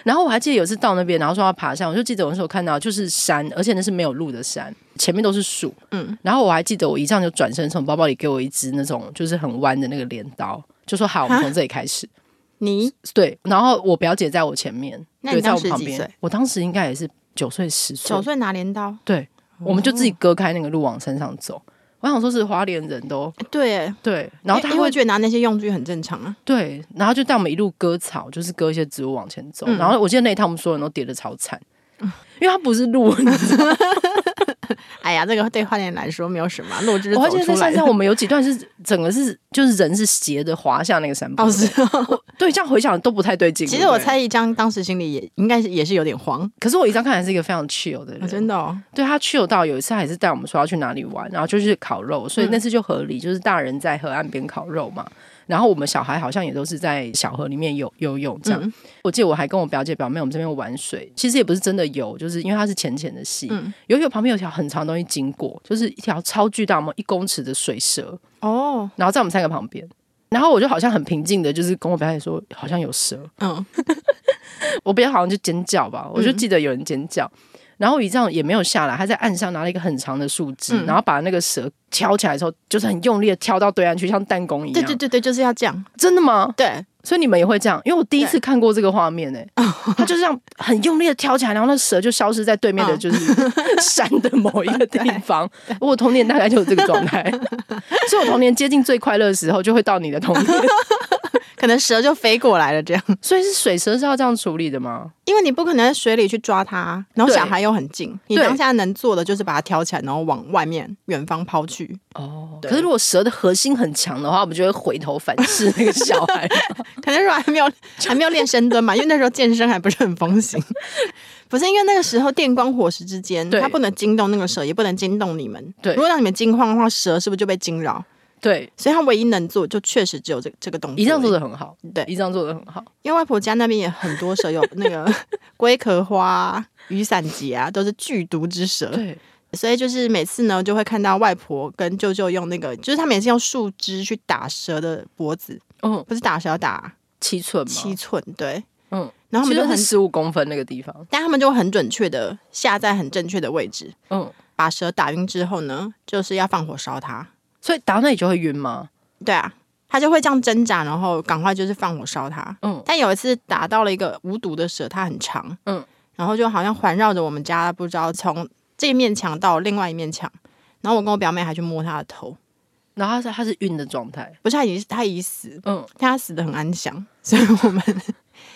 [SPEAKER 1] 然后我还记得有一次到那边，然后说要爬山，我就记得我那时候看到就是山，而且那是没有路的山，前面都是树。
[SPEAKER 3] 嗯，
[SPEAKER 1] 然后我还记得我一上就转身从包包里给我一支那种就是很弯的那个镰刀，就说好，我们从这里开始。
[SPEAKER 3] 你
[SPEAKER 1] 对，然后我表姐在我前面，
[SPEAKER 3] 那
[SPEAKER 1] 对，
[SPEAKER 3] 你
[SPEAKER 1] 在
[SPEAKER 3] 当
[SPEAKER 1] 我
[SPEAKER 3] 时
[SPEAKER 1] 旁
[SPEAKER 3] 几
[SPEAKER 1] 边
[SPEAKER 3] 岁。
[SPEAKER 1] 我当时应该也是九岁十岁
[SPEAKER 3] 九，岁拿镰刀，
[SPEAKER 1] 对，我们就自己割开那个路往山上走。我想说是花莲人都
[SPEAKER 3] 哎对耶，
[SPEAKER 1] 对，然后他
[SPEAKER 3] 因为因
[SPEAKER 1] 会
[SPEAKER 3] 为觉得拿那些用具很正常啊。
[SPEAKER 1] 对，然后就带我们一路割草，就是割一些植物往前走。
[SPEAKER 3] 嗯
[SPEAKER 1] 然后我记得那一趟我们所有人都跌得超惨，因为它不是路，你知道吗
[SPEAKER 3] 哎呀，这个对花莲来说没有什么，路就是
[SPEAKER 1] 我
[SPEAKER 3] 走
[SPEAKER 1] 还记得
[SPEAKER 3] 出
[SPEAKER 1] 在
[SPEAKER 3] 来
[SPEAKER 1] 山
[SPEAKER 3] 的
[SPEAKER 1] 上，。我们有几段是整个是就是人是斜的滑下那个山坡
[SPEAKER 3] 哦，
[SPEAKER 1] 的。
[SPEAKER 3] 是哦。
[SPEAKER 1] 对，这样回想都不太对劲。
[SPEAKER 3] 其
[SPEAKER 1] 对
[SPEAKER 3] 实
[SPEAKER 1] 不
[SPEAKER 3] 我
[SPEAKER 1] 对，
[SPEAKER 3] 猜一张当时心里也应该是也是有点慌，
[SPEAKER 1] 可是我一张看来是一个非常 chill 的人，
[SPEAKER 3] 啊真的哦。
[SPEAKER 1] 对他 chill 到有一次还是带我们说要去哪里玩，然后就去烤肉，
[SPEAKER 3] 嗯
[SPEAKER 1] 所以那次就合理，就是大人在河岸边烤肉嘛。然后我们小孩好像也都是在小河里面游游泳这样。
[SPEAKER 3] 嗯
[SPEAKER 1] 我记得我还跟我表姐表妹我们这边玩水，其实也不是真的游，就是因为它是浅浅的溪，
[SPEAKER 3] 嗯
[SPEAKER 1] 游泳旁边有一条很长的东西经过，就是一条超巨大嘛一公尺的水蛇，
[SPEAKER 3] 哦，
[SPEAKER 1] 然后在我们三个旁边。然后我就好像很平静的，就是跟我表姐说好像有蛇，
[SPEAKER 3] 嗯，
[SPEAKER 1] 我表姐好像就尖叫吧，我就记得有人尖叫。然后一丈也没有下来，他在岸上拿了一个很长的树枝，
[SPEAKER 3] 嗯
[SPEAKER 1] 然后把那个蛇挑起来之后，就是很用力的挑到对岸去，像弹弓一样。
[SPEAKER 3] 对对对对，就是要这样。
[SPEAKER 1] 真的吗？
[SPEAKER 3] 对，
[SPEAKER 1] 所以你们也会这样？因为我第一次看过这个画面、欸， 他就这样很用力的挑起来，然后那蛇就消失在对面的
[SPEAKER 3] 嗯
[SPEAKER 1] 就是山的某一个地方。我童年大概就是这个状态，所以我童年接近最快乐的时候，就会到你的童年。
[SPEAKER 3] 可能蛇就飞过来了，这样，
[SPEAKER 1] 所以是水蛇是要这样处理的吗？
[SPEAKER 3] 因为你不可能在水里去抓它，然后
[SPEAKER 1] 对
[SPEAKER 3] 小孩又很近，你
[SPEAKER 1] 对
[SPEAKER 3] 当下能做的就是把它挑起来，然后往外面远方抛去。
[SPEAKER 1] 哦，可是如果蛇的核心很强的话，我们就会回头反噬那个小孩。
[SPEAKER 3] 可能是我还没有还没有练深蹲嘛，因为那时候健身还不是很风行。 不是因为那个时候电光火石之间，
[SPEAKER 1] 对
[SPEAKER 3] 它不能惊动那个蛇，也不能惊动你们。
[SPEAKER 1] 对
[SPEAKER 3] 如果让你们惊慌的话，蛇是不是就被惊扰？
[SPEAKER 1] 对，
[SPEAKER 3] 所以它唯一能做就确实只有这这个动 作。
[SPEAKER 1] 一仗做的很好，
[SPEAKER 3] 对，
[SPEAKER 1] 一仗做的很好。
[SPEAKER 3] 因为外婆家那边也很多蛇，有那 个龟壳花啊、雨伞节啊，都是剧毒之蛇。
[SPEAKER 1] 对，
[SPEAKER 3] 所以就是每次呢，就会看到外婆跟舅舅用那个，就是他每次用树枝去打蛇的脖子，
[SPEAKER 1] 嗯，
[SPEAKER 3] 不是打小打
[SPEAKER 1] 七寸嘛，
[SPEAKER 3] 七寸，对，
[SPEAKER 1] 嗯，
[SPEAKER 3] 然后他
[SPEAKER 1] 其
[SPEAKER 3] 们就
[SPEAKER 1] 实
[SPEAKER 3] 很
[SPEAKER 1] 是，十五公分那个地方，
[SPEAKER 3] 但他们就很准确的下在很正确的位置，
[SPEAKER 1] 嗯，
[SPEAKER 3] 把蛇打晕之后呢，就是要放火烧它，
[SPEAKER 1] 所以打到那里就会晕吗？
[SPEAKER 3] 对啊，它就会这样挣扎，然后赶快就是放火烧它。
[SPEAKER 1] 嗯，
[SPEAKER 3] 但有一次打到了一个无毒的蛇，它很长，
[SPEAKER 1] 嗯，
[SPEAKER 3] 然后就好像环绕着我们家，不知道从这面墙到另外一面墙。然后我跟我表妹还去摸它的头，
[SPEAKER 1] 然后它是它是晕的状态，
[SPEAKER 3] 不是它已经它已死，
[SPEAKER 1] 嗯，
[SPEAKER 3] 但它死的很安详， 所以我们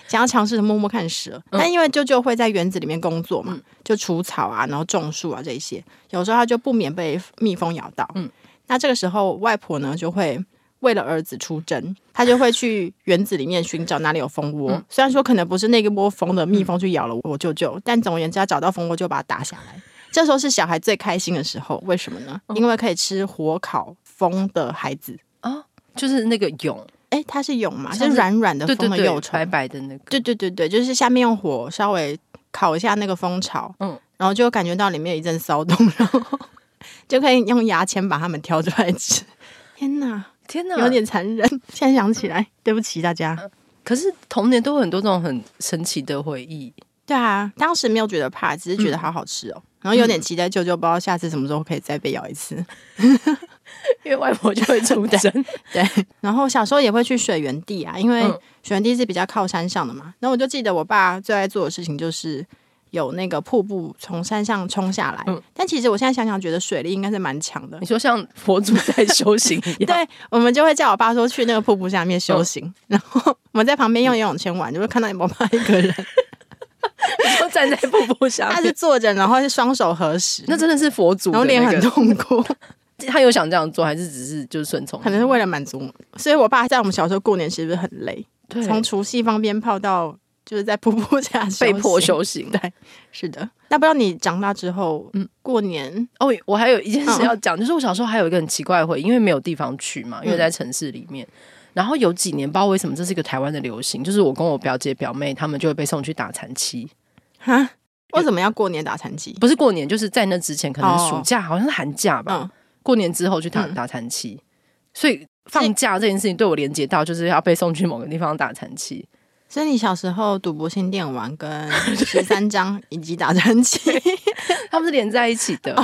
[SPEAKER 3] 想要尝试着摸摸看蛇。
[SPEAKER 1] 嗯
[SPEAKER 3] 但因为舅舅会在园子里面工作嘛，就除草啊，然后种树啊这一些，有时候它就不免被蜜蜂咬到。
[SPEAKER 1] 嗯，
[SPEAKER 3] 那这个时候外婆呢就会为了儿子出征，他就会去园子里面寻找哪里有蜂窝。
[SPEAKER 1] 嗯
[SPEAKER 3] 虽然说可能不是那个窝蜂的蜜蜂去咬了我舅舅，但总而言之，他找到蜂窝就把它打下来。这时候是小孩最开心的时候，为什么呢？
[SPEAKER 1] 嗯
[SPEAKER 3] 因为可以吃火烤蜂的孩子。
[SPEAKER 1] 啊就是那个蛹，
[SPEAKER 3] 哎，它是蛹嘛，
[SPEAKER 1] 像
[SPEAKER 3] 是
[SPEAKER 1] 是
[SPEAKER 3] 软软的
[SPEAKER 1] 对对
[SPEAKER 3] 蜂的幼
[SPEAKER 1] 对，
[SPEAKER 3] 虫
[SPEAKER 1] 白。白的那个，
[SPEAKER 3] 对对对对，就是下面用火稍微烤一下那个蜂巢，嗯
[SPEAKER 1] 嗯，
[SPEAKER 3] 然后就感觉到里面有一阵骚动， 然后就可以用牙签把它们挑出来吃。天哪！
[SPEAKER 1] 天哪，
[SPEAKER 3] 有。点残忍。现在想起来，对不起大家。
[SPEAKER 1] 可是童年都有很多这种很神奇的回忆，
[SPEAKER 3] 对啊，当时没有觉得怕，只是
[SPEAKER 1] 嗯
[SPEAKER 3] 觉得好好吃哦。然后有点期待舅舅，不知道下次什么时候可以再被咬一次。
[SPEAKER 1] 因为外婆就会 出征，
[SPEAKER 3] 对，然后小时候也会去水源地啊，因为
[SPEAKER 1] 嗯
[SPEAKER 3] 水源地是比较靠山上的嘛。然后我就记得我爸最爱做的事情就是有那个瀑布从山上冲下来。
[SPEAKER 1] 嗯
[SPEAKER 3] 但其实我现在想想，觉得水力应该是蛮强的
[SPEAKER 1] 你。说像佛祖在修行一 样，
[SPEAKER 3] 对，我们就会叫我爸说去那个瀑布下面修行，
[SPEAKER 1] 嗯
[SPEAKER 3] 然后我们在旁边用游泳圈玩，就会看到我爸一个人，
[SPEAKER 1] 就站在瀑布下
[SPEAKER 3] 他是
[SPEAKER 1] 面，
[SPEAKER 3] 坐着，然后是双手合十，
[SPEAKER 1] 嗯那真的是佛祖
[SPEAKER 3] 然
[SPEAKER 1] 的
[SPEAKER 3] 后脸
[SPEAKER 1] 那
[SPEAKER 3] 很
[SPEAKER 1] 个，
[SPEAKER 3] 痛 苦，
[SPEAKER 1] 他有想这样做，还是只是就是顺从你？
[SPEAKER 3] 可能是为了满足我。所以我爸在我们小时候过年其实很累，
[SPEAKER 1] 对
[SPEAKER 3] 从除夕放鞭炮到就是在瀑布下休
[SPEAKER 1] 被
[SPEAKER 3] 息
[SPEAKER 1] 迫。修行。
[SPEAKER 3] 对，是的。那不知道你长大之后，嗯，过年
[SPEAKER 1] 哦，我还有一件
[SPEAKER 3] 嗯嗯
[SPEAKER 1] 事要讲，就是我小时候还有一个很奇怪的回忆，因为没有地方去嘛，因为在城市里面。然后有几年不知道为什么这是一个台湾的流行，就是我跟我表姐表妹她们就会被送去打残期，
[SPEAKER 3] 哈，为什么要过年打残疾？
[SPEAKER 1] 不是过年，就是在那之前可能
[SPEAKER 3] 哦
[SPEAKER 1] 暑假、好像是寒假吧，
[SPEAKER 3] 嗯，
[SPEAKER 1] 过年之后去打、
[SPEAKER 3] 嗯
[SPEAKER 1] 打残期，所以放假这件事情对我连接到就是要被送去某个地方打残期，
[SPEAKER 3] 所以你小时候赌博性电玩跟 十三张以及打残疾，
[SPEAKER 1] 他们是连在一起的，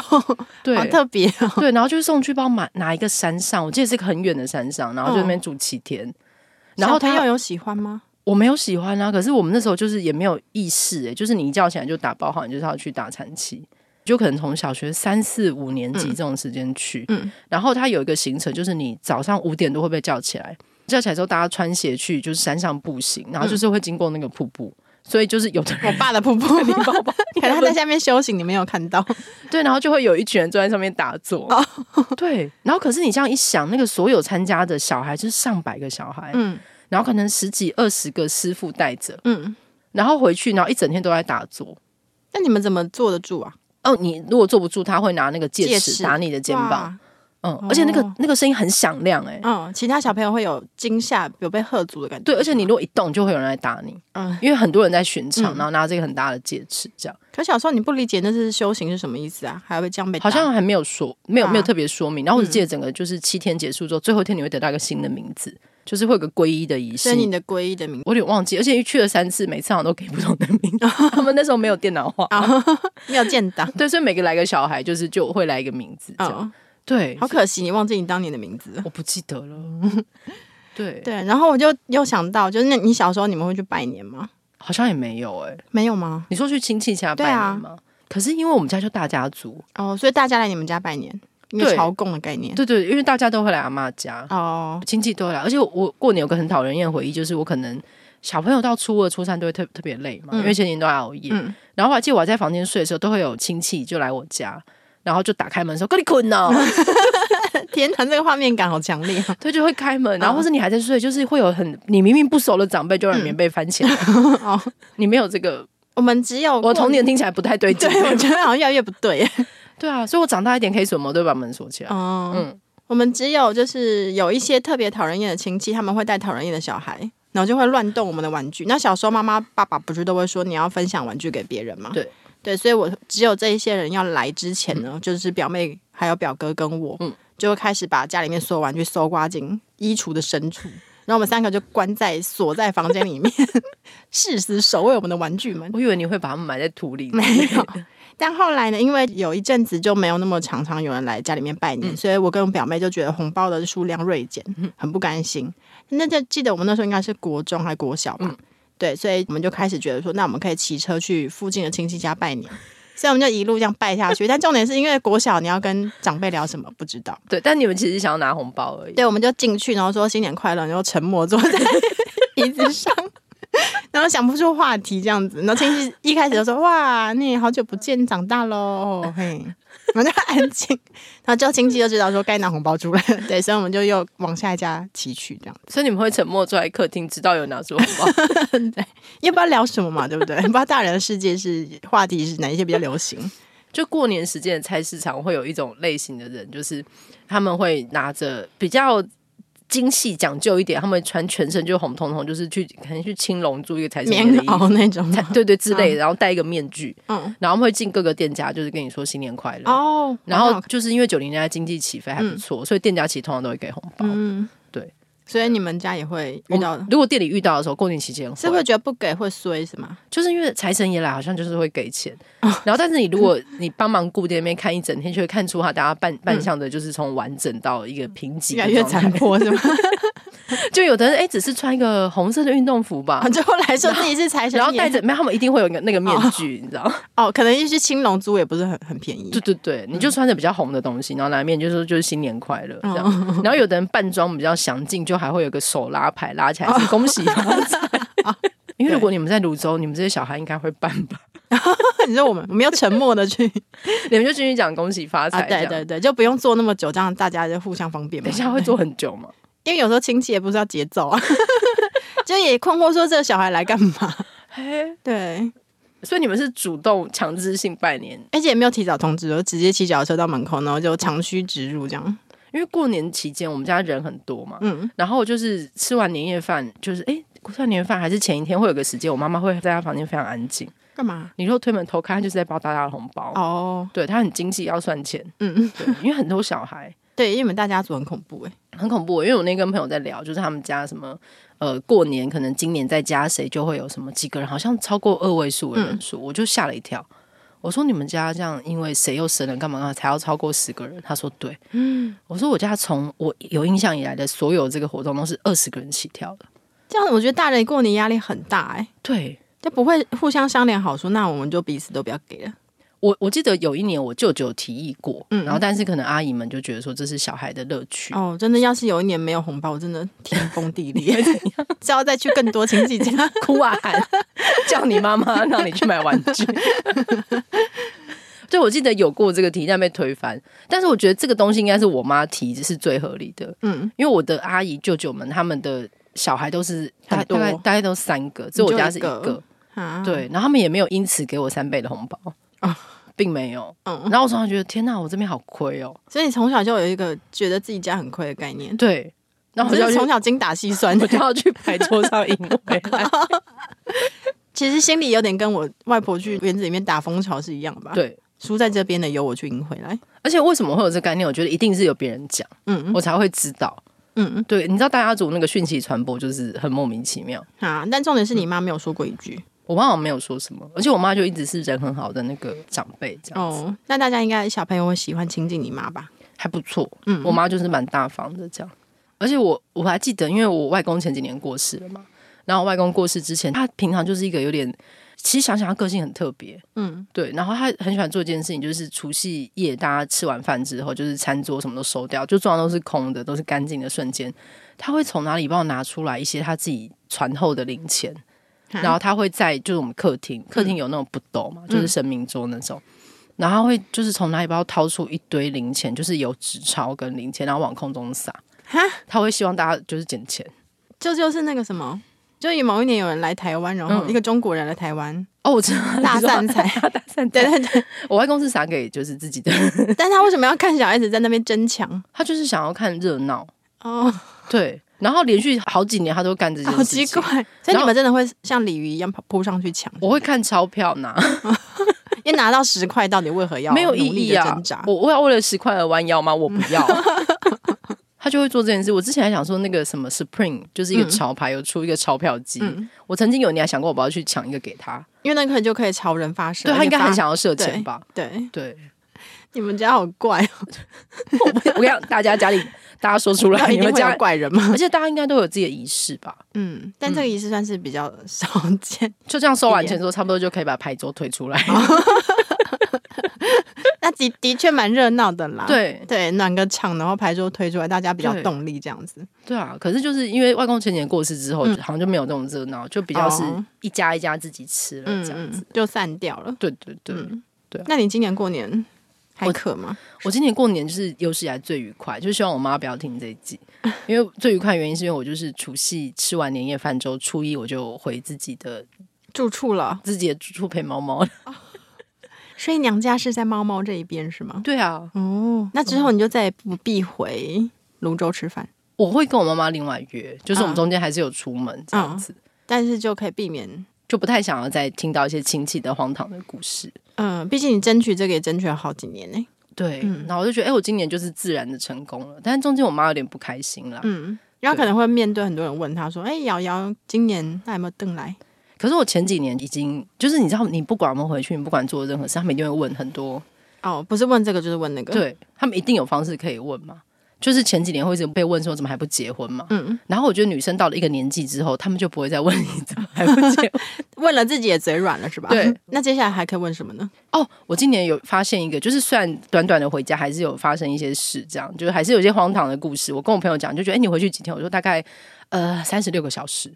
[SPEAKER 1] 对
[SPEAKER 3] 好。特别 哦。
[SPEAKER 1] 对，然后就是送去帮买哪一个山上，我记得是个很远的山上，然后就在那边住七天。
[SPEAKER 3] 嗯
[SPEAKER 1] 然后
[SPEAKER 3] 小朋
[SPEAKER 1] 他
[SPEAKER 3] 友有喜欢吗？
[SPEAKER 1] 我没有喜欢啊，可是我们那时候就是也没有意识、欸，就是你一觉起来就打包好，你就是要去打残期，就可能从小学三四五年级这种时间去。
[SPEAKER 3] 嗯
[SPEAKER 1] 然后它有一个行程，就是你早上五点多会被叫起来，叫起来之后大家穿鞋去就是山上步行，然后就是会经过那个瀑布，所以就是有的
[SPEAKER 3] 我
[SPEAKER 1] 人
[SPEAKER 3] 爸的瀑 布，你爸爸，可能他在啊下面修行，你没有看到。
[SPEAKER 1] 对，然后就会有一群人坐在上面打坐。
[SPEAKER 3] 哦
[SPEAKER 1] 对，然后可是你这样一想，那个所有参加的小孩就是上百个小孩，
[SPEAKER 3] 嗯
[SPEAKER 1] 然后可能十几二十个师傅带着，
[SPEAKER 3] 嗯，
[SPEAKER 1] 然后回去，然后一整天都在打坐。
[SPEAKER 3] 那你们怎么坐得住啊？
[SPEAKER 1] 哦，你如果坐不住，他会拿那个戒
[SPEAKER 3] 戒
[SPEAKER 1] 尺
[SPEAKER 3] 尺
[SPEAKER 1] 打你的肩膀，
[SPEAKER 3] 哇。
[SPEAKER 1] 嗯，而且那个、
[SPEAKER 3] 哦
[SPEAKER 1] 那个声音很响亮、欸，哎、
[SPEAKER 3] 嗯，其他小朋友会有惊吓，有被喝足的感觉。
[SPEAKER 1] 对，而且你如果一动，就会有人来打你，
[SPEAKER 3] 嗯，
[SPEAKER 1] 因为很多人在巡场，
[SPEAKER 3] 嗯
[SPEAKER 1] 然后拿这个很大的戒尺，这样
[SPEAKER 3] 可小时候你不理解那是修行是什么意思啊，还会这样被打
[SPEAKER 1] 好像还没有说，没有、
[SPEAKER 3] 啊嗯
[SPEAKER 1] 没有特别说明。然后我只记得整个就是七天结束之后，最后一天你会得到一个新的名字，就是会有个皈依的仪式
[SPEAKER 3] 是。你的皈依的名字
[SPEAKER 1] 我有点忘记，而且去了三次，每次好像都给不同的名字。他们那时候没有电脑化，
[SPEAKER 3] 啊，没有建档。
[SPEAKER 1] 对，所以每个来个小孩就是就会来一个名字， 这样、
[SPEAKER 3] 嗯，
[SPEAKER 1] 对，
[SPEAKER 3] 好可惜你忘记你当年的名字。
[SPEAKER 1] 我不记得了，对，
[SPEAKER 3] 对，然后我就又想到，就是那你小时候你们会去拜年吗？
[SPEAKER 1] 好像也没有哎、欸
[SPEAKER 3] 没有吗？
[SPEAKER 1] 你说去亲戚家拜
[SPEAKER 3] 对啊
[SPEAKER 1] 年吗？可是因为我们家就大家族，
[SPEAKER 3] 哦，所以大家来你们家拜年，一个
[SPEAKER 1] 对
[SPEAKER 3] 朝贡的概念。
[SPEAKER 1] 对对，因为大家都会来阿妈家，
[SPEAKER 3] 哦，
[SPEAKER 1] 亲戚都会来。而且我我过年有个很讨人厌的回忆，就是我可能小朋友到初二、初三都会特特别累嘛，
[SPEAKER 3] 嗯
[SPEAKER 1] 因为前几年都在熬夜。
[SPEAKER 3] 嗯
[SPEAKER 1] 然后我还记得我还在房间睡的时候，都会有亲戚就来我家，然后就打开门说：“跟你困哦。
[SPEAKER 3] 天哪，这个画面感好强烈啊
[SPEAKER 1] 对，就会开门，然后或是你还在睡，就是会有很你明明不熟的长辈就让你棉被翻起来。
[SPEAKER 3] 哦，
[SPEAKER 1] 你没有这个，
[SPEAKER 3] 我们只有
[SPEAKER 1] 我童
[SPEAKER 3] 年。
[SPEAKER 1] 年听起来不太对劲。
[SPEAKER 3] 对， 我觉得好像越来越不对。
[SPEAKER 1] 对啊，所以我长大一点可以什么都把门锁起来。
[SPEAKER 3] 哦，
[SPEAKER 1] 嗯
[SPEAKER 3] 我们只有就是有一些特别讨人厌的亲戚，他们会带讨人厌的小孩，然后就会乱动我们的玩具。那小时候妈妈爸爸不是都会说你要分享玩具给别人吗？
[SPEAKER 1] 对
[SPEAKER 3] 对，所以我只有这一些人要来之前呢，就是表妹还有表哥跟我，
[SPEAKER 1] 嗯
[SPEAKER 3] 就会开始把家里面所有玩具搜刮进衣橱的深处。然后我们三个就关在锁在房间里面， 誓死守卫我们的玩具们。
[SPEAKER 1] 我以为你会把它们埋在土里，
[SPEAKER 3] 没有。但后来呢，因为有一阵子就没有那么常常有人来家里面拜年，所以我跟我表妹就觉得红包的数量锐减，很不甘心。那就记得我们那时候应该是国中还国小吧，对，所以我们就开始觉得说，那我们可以骑车去附近的亲戚家拜年。所以我们就一路这样拜下去，但重点是因为国小你要跟长辈聊什么不知道，
[SPEAKER 1] 对，但你们其实想要拿红包而已。
[SPEAKER 3] 对，我们就进去，然后说新年快乐，然后沉默坐在 椅子上，然后想不出话题这样子。然后亲戚一开始就说：“哇，你好久不见，你长大喽。”嘿，我们就安静。然后之后亲戚就知道说该拿红包出来了，对，所以我们就又往下一家骑去这样子，
[SPEAKER 1] 所以你们会沉默坐在客厅，直到有拿出红包。
[SPEAKER 3] 也不知道聊什么嘛，对不对？不知道大人的世界是话题是哪一些比较流行。
[SPEAKER 1] 就过年时间的菜市场会有一种类型的人，就是他们会拿着比较精细讲究一点，他们穿全身就红彤彤，就是去可能去青龙珠一个财神爷
[SPEAKER 3] 棉
[SPEAKER 1] 的衣服
[SPEAKER 3] 袄那 种
[SPEAKER 1] 才
[SPEAKER 3] 吗，
[SPEAKER 1] 对对之类的，然后戴一个面具，
[SPEAKER 3] 嗯，
[SPEAKER 1] 然后他们会进各个店家，就是跟你说新年快乐。
[SPEAKER 3] 哦，
[SPEAKER 1] 然
[SPEAKER 3] 好
[SPEAKER 1] 后
[SPEAKER 3] 好看
[SPEAKER 1] 就是因为九零年代经济起飞还不错，所以店家其实通常都会给红包。
[SPEAKER 3] 嗯，
[SPEAKER 1] 对，
[SPEAKER 3] 所以你们家也会
[SPEAKER 1] 我们
[SPEAKER 3] 遇到的。
[SPEAKER 1] 如果店里遇到的时候，过年期间
[SPEAKER 3] 是会觉得不给会衰是吗？
[SPEAKER 1] 就是因为财神爷来，好像就是会给钱。
[SPEAKER 3] 哦
[SPEAKER 1] 然后，但是你如果你帮忙顾店那边看一整天，就会看出他大家扮扮相的，就是从完整到一个贫瘠，
[SPEAKER 3] 嗯越来越残。破 是吗？
[SPEAKER 1] 就有的人哎、只是穿一个红色的运动服吧
[SPEAKER 3] 啊，，就后来说自己是财神爷，
[SPEAKER 1] 然后戴着，没有他们一定会有一个那个面具，你知道？
[SPEAKER 3] 哦，可能一些青龙珠也不是很很便宜
[SPEAKER 1] 对，对对，你就穿着比较红的东西，然后拿面就说就是新年快乐
[SPEAKER 3] 嗯
[SPEAKER 1] 这
[SPEAKER 3] 哦
[SPEAKER 1] 样。然后有的人扮装比较详尽，就还会有个手拉牌拉起来是恭喜发财。 因为如果你们在泸州，你们这些小孩应该会办吧？
[SPEAKER 3] 你说我们我们要沉默的 去
[SPEAKER 1] 你们就继续讲恭喜发
[SPEAKER 3] 啊，
[SPEAKER 1] 财这样。
[SPEAKER 3] 对对对，就不用做那么久，这样大家就互相方便嘛。
[SPEAKER 1] 等一下会做很久吗？
[SPEAKER 3] 因为有时候亲戚也不知道节奏 啊，就也困惑说这个小孩来干嘛？
[SPEAKER 1] 嘿，
[SPEAKER 3] 对，
[SPEAKER 1] 所以你们是主动强制性拜年，
[SPEAKER 3] 而且也没有提早通知，我就直接骑脚踏车到门口，然后就长驱直入这样。
[SPEAKER 1] 因为过年期间我们家人很多嘛，
[SPEAKER 3] 嗯，
[SPEAKER 1] 然后就是吃完年夜饭，就是哎，诶吃完年夜饭还是前一天会有个时间，我妈妈会在她房间非常安静，
[SPEAKER 3] 干嘛？
[SPEAKER 1] 你如果推门偷看，她就是在包大家的红包，
[SPEAKER 3] 哦，
[SPEAKER 1] 对她很精细，要算钱，
[SPEAKER 3] 嗯，
[SPEAKER 1] 对，因为很多小孩。
[SPEAKER 3] 对，因为你们大家族很恐怖哎、
[SPEAKER 1] 很恐怖，因为我那天跟朋友在聊，就是他们家什么，呃，过年可能今年在家谁就会有什么几个人，好像超过二位数的人数，我就吓了一跳。我说你们家这样，因为谁又生了干嘛干啊嘛才要超过十个人？他说对，嗯，我说我家从我有印象以来的所有这个活动都是二十个人起跳的，
[SPEAKER 3] 这样我觉得大人过年压力很大哎、
[SPEAKER 1] 对。
[SPEAKER 3] 就不会互相商量好说，那我们就彼此都不要给了。
[SPEAKER 1] 我我记得有一年我舅舅提议过，
[SPEAKER 3] 嗯
[SPEAKER 1] 然后但是可能阿姨们就觉得说这是小孩的乐趣，
[SPEAKER 3] 哦，真的，要是有一年没有红包，我真的天崩地裂， 只要再去更多亲戚家。
[SPEAKER 1] 哭啊喊，叫你妈 妈让你去买玩具。 对，我记得有过这个提议，但被推翻。但是我觉得这个东西应该是我妈提是最合理的，
[SPEAKER 3] 嗯，
[SPEAKER 1] 因为我的阿姨、舅舅们他们的小孩都是大
[SPEAKER 3] 很多
[SPEAKER 1] 大概大概都三个，只有我家是一
[SPEAKER 3] 你就一
[SPEAKER 1] 个嗯
[SPEAKER 3] 个。啊，
[SPEAKER 1] 对，然后他们也没有因此给我三倍的红包，并没有。
[SPEAKER 3] 嗯，
[SPEAKER 1] 然后我常常觉得天哪，我这边好亏哦。
[SPEAKER 3] 所以你从小就有一个觉得自己家很亏的概念，
[SPEAKER 1] 对，然后我
[SPEAKER 3] 就
[SPEAKER 1] 就要
[SPEAKER 3] 是从
[SPEAKER 1] 去，
[SPEAKER 3] 小精打细算
[SPEAKER 1] 我。就要去牌桌上赢回 来。
[SPEAKER 3] 其实心里有点跟我外婆去园子里面打蜂巢是一样的吧？，
[SPEAKER 1] 对，
[SPEAKER 3] 输在这边的由我去赢回来。
[SPEAKER 1] 而且为什么会有这个概念？我觉得一定是有别人讲，
[SPEAKER 3] 嗯
[SPEAKER 1] 我才会知道。
[SPEAKER 3] 嗯
[SPEAKER 1] 对，你知道大家族那个讯息传播就是很莫名其妙。
[SPEAKER 3] 嗯啊，但重点是你妈没有说过一句
[SPEAKER 1] 我妈好像没有说什么，而且我妈就一直是人很好的那个长辈，这样子、
[SPEAKER 3] 哦。那大家应该小朋友会喜欢亲近你妈吧？
[SPEAKER 1] 还不错。
[SPEAKER 3] 嗯
[SPEAKER 1] 我妈就是蛮大方的这样。而且我我还记得，因为我外公前几年过世了嘛，然后我外公过世之前，他平常就是一个有点，其实想想他个性很特别，
[SPEAKER 3] 嗯，
[SPEAKER 1] 对，然后他很喜欢做一件事情，就是除夕夜大家吃完饭之后，就是餐桌什么都收掉，就桌上都是空的，都是干净的瞬间，他会从哪里帮我拿出来一些他自己传后的零钱，
[SPEAKER 3] 啊
[SPEAKER 1] 然后他会在就是我们客厅，客
[SPEAKER 3] 嗯
[SPEAKER 1] 厅有那种不斗嘛，就是神明桌那种。然后他会就是从哪里帮我掏出一堆零钱，就是有纸钞跟零钱，然后往空中撒。
[SPEAKER 3] 哈，
[SPEAKER 1] 他会希望大家就是捡钱。
[SPEAKER 3] 这就是那个什么，就有某一年有人来台湾，然后
[SPEAKER 1] 嗯
[SPEAKER 3] 一个中国人来台湾，
[SPEAKER 1] 哦，我知道
[SPEAKER 3] 大 散，
[SPEAKER 1] 你
[SPEAKER 3] 财
[SPEAKER 1] 说大 散
[SPEAKER 3] 对
[SPEAKER 1] 财。
[SPEAKER 3] 对对，
[SPEAKER 1] 我外公是撒给就是自己的，
[SPEAKER 3] 但他为什么要看小孩子在那边争抢？
[SPEAKER 1] 他就是想要看热闹。
[SPEAKER 3] 哦，
[SPEAKER 1] 对，然后连续好几年他都干这件
[SPEAKER 3] 好
[SPEAKER 1] 事
[SPEAKER 3] 奇
[SPEAKER 1] 情。
[SPEAKER 3] 怪！所以你们真的会像鲤鱼一样跑扑上去抢，
[SPEAKER 1] 我会看钞票拿，
[SPEAKER 3] 因为拿到十块到底为何要
[SPEAKER 1] 没有意
[SPEAKER 3] 努力
[SPEAKER 1] 义
[SPEAKER 3] 地
[SPEAKER 1] 啊
[SPEAKER 3] 挣扎！
[SPEAKER 1] 我我要为了十块而弯腰吗？我不要。他就会做这件事。我之前还想说那个什么 Supreme 就是一个
[SPEAKER 3] 嗯
[SPEAKER 1] 潮牌，有出一个钞票机，
[SPEAKER 3] 嗯，
[SPEAKER 1] 我曾经有你还想过我不要去抢一个给他，
[SPEAKER 3] 因为那可能就可以朝人发射，
[SPEAKER 1] 对他应该
[SPEAKER 3] 而且发
[SPEAKER 1] 很。想要射钱吧？
[SPEAKER 3] 对，
[SPEAKER 1] 对，
[SPEAKER 3] 你们家好怪哦，
[SPEAKER 1] 我不我跟你讲大家家里大家说出来，
[SPEAKER 3] 那一
[SPEAKER 1] 你
[SPEAKER 3] 定
[SPEAKER 1] 们
[SPEAKER 3] 会有
[SPEAKER 1] 家，
[SPEAKER 3] 怪人 吗？
[SPEAKER 1] 而且大家应该都有自己的仪式吧？
[SPEAKER 3] 嗯，但这个仪式算是比较少见。
[SPEAKER 1] 就这样收完钱之后，差不多就可以把牌桌推出来。
[SPEAKER 3] 哦那的的确蛮热闹的啦。
[SPEAKER 1] 对
[SPEAKER 3] 对，暖个场，然后牌桌推出来，大家比较
[SPEAKER 1] 对
[SPEAKER 3] 动力这样子。
[SPEAKER 1] 对啊，可是就是因为外公前年过世之后，
[SPEAKER 3] 嗯
[SPEAKER 1] 好像就没有这种热闹，就比较是
[SPEAKER 3] 哦
[SPEAKER 1] 一家一家自己吃了
[SPEAKER 3] 嗯
[SPEAKER 1] 这样子。
[SPEAKER 3] 嗯，就散掉了。
[SPEAKER 1] 对对对，
[SPEAKER 3] 嗯
[SPEAKER 1] 对啊
[SPEAKER 3] 那你今年过年还
[SPEAKER 1] 我
[SPEAKER 3] 渴吗？
[SPEAKER 1] 我今年过年就是有史以来最愉快，就是希望我妈不要听这一 集，因为最愉快的原因是因为我就是除夕吃完年夜饭之后，初一我就回自己的
[SPEAKER 3] 住处了，
[SPEAKER 1] 自己的住处陪猫猫。
[SPEAKER 3] 所以娘家是在猫猫这一边是吗？
[SPEAKER 1] 对啊，
[SPEAKER 3] 哦，那之后你就再也不必回泸州吃饭，
[SPEAKER 1] 我会跟我妈妈另外约，就是我们
[SPEAKER 3] 嗯
[SPEAKER 1] 中间还是有出门这样子，
[SPEAKER 3] 但是就可以避免。
[SPEAKER 1] 就不太想要再听到一些亲戚的荒唐的故事。
[SPEAKER 3] 嗯，毕竟你争取这个也争取了好几年呢、
[SPEAKER 1] 对，
[SPEAKER 3] 嗯
[SPEAKER 1] 然后我就觉得，哎、我今年就是自然的成功了，但是中间我妈有点不开心啦。
[SPEAKER 3] 嗯，然后可能会面对很多人问他说：“哎、瑶瑶今年那有没有邓来
[SPEAKER 1] 可是我前几年已经，就是你知道，你不管我们回去，你不管做任何事，他们一定会问很多，？”
[SPEAKER 3] 哦，不是问这个就是问那个。，
[SPEAKER 1] 对他们一定有方式可以问嘛。就是前几年会一直被问说怎么还不结婚嘛，
[SPEAKER 3] 嗯，
[SPEAKER 1] 然后我觉得女生到了一个年纪之后，他们就不会再问你怎么还不结婚。
[SPEAKER 3] 问了自己也嘴软了是吧？嗯
[SPEAKER 1] 对。
[SPEAKER 3] 那接下来还可以问什么呢？
[SPEAKER 1] 哦，我今年有发现一个，就是虽然短短的回家，还是有发生一些事，这样就是还是有一些荒唐的故事。我跟我朋友讲，就觉得哎、你回去几天？我说大概呃三十六个小时，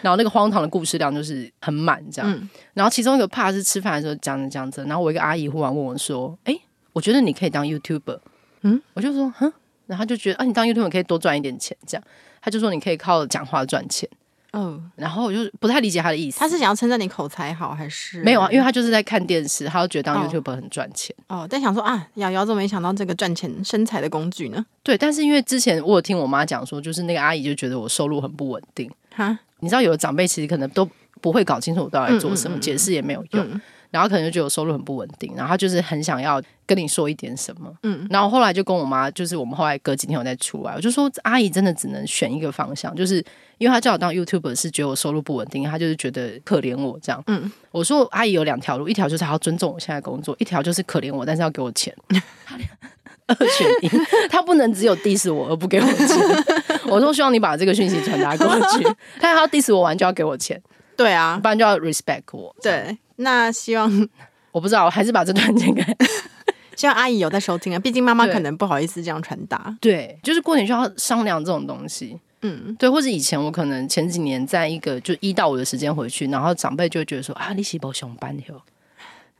[SPEAKER 1] 然后那个荒唐的故事量就是很满这样。
[SPEAKER 3] 嗯
[SPEAKER 1] 然后其中一个怕是吃饭的时候讲着讲着，然后我一个阿姨忽然问我说：“哎、我觉得你可以当 YouTuber。”
[SPEAKER 3] 嗯，
[SPEAKER 1] 我就说：“哼。”然后她就觉得啊，你当 YouTuber 可以多赚一点钱，这样。他就说你可以靠讲话赚钱，
[SPEAKER 3] 哦，
[SPEAKER 1] 然后我就不太理解他的意思。
[SPEAKER 3] 他是想要称赞你口才好还是
[SPEAKER 1] 没有啊，因为他就是在看电视，他就觉得当
[SPEAKER 3] 哦
[SPEAKER 1] YouTuber 很赚钱。
[SPEAKER 3] 哦，但想说啊，瑶瑶怎么没想到这个赚钱身材的工具呢？
[SPEAKER 1] 对，但是因为之前我有听我妈讲说，就是那个阿姨就觉得我收入很不稳定。
[SPEAKER 3] 哈，
[SPEAKER 1] 你知道，有的长辈其实可能都不会搞清楚我到底在做什么，
[SPEAKER 3] 嗯嗯嗯嗯
[SPEAKER 1] 解释也没有用，
[SPEAKER 3] 嗯
[SPEAKER 1] 然后可能就觉得我收入很不稳定，然后她就是很想要跟你说一点什么。
[SPEAKER 3] 嗯，
[SPEAKER 1] 然后后来就跟我妈，就是我们后来隔几天我再出来，我就说阿姨真的只能选一个方向，就是因为她叫我当 YouTuber 是觉得我收入不稳定，她就是觉得可怜我这样。
[SPEAKER 3] 嗯，
[SPEAKER 1] 我说阿姨有两条路，一条就是她要尊重我现在的工作，一条就是可怜我，但是要给我 钱。她二选一，她不能只有 diss 我而不给我钱。 我说希望你把这个讯息传达过 去，但她要 diss 我完就要给我钱，
[SPEAKER 3] 对啊
[SPEAKER 1] 不，然就要 respect 我。
[SPEAKER 3] 对。那希望
[SPEAKER 1] 我不知道，我还是把这段剪 开。
[SPEAKER 3] 希望阿姨有在收听啊，毕竟妈妈
[SPEAKER 1] 对
[SPEAKER 3] 可能不好意思这样传达。
[SPEAKER 1] 对，就是过年就要商量这种东西。
[SPEAKER 3] 嗯，
[SPEAKER 1] 对，或者以前我可能前几年在一个就一到五的时间回去，然后长辈就会觉得说啊，你喜不熊班哟，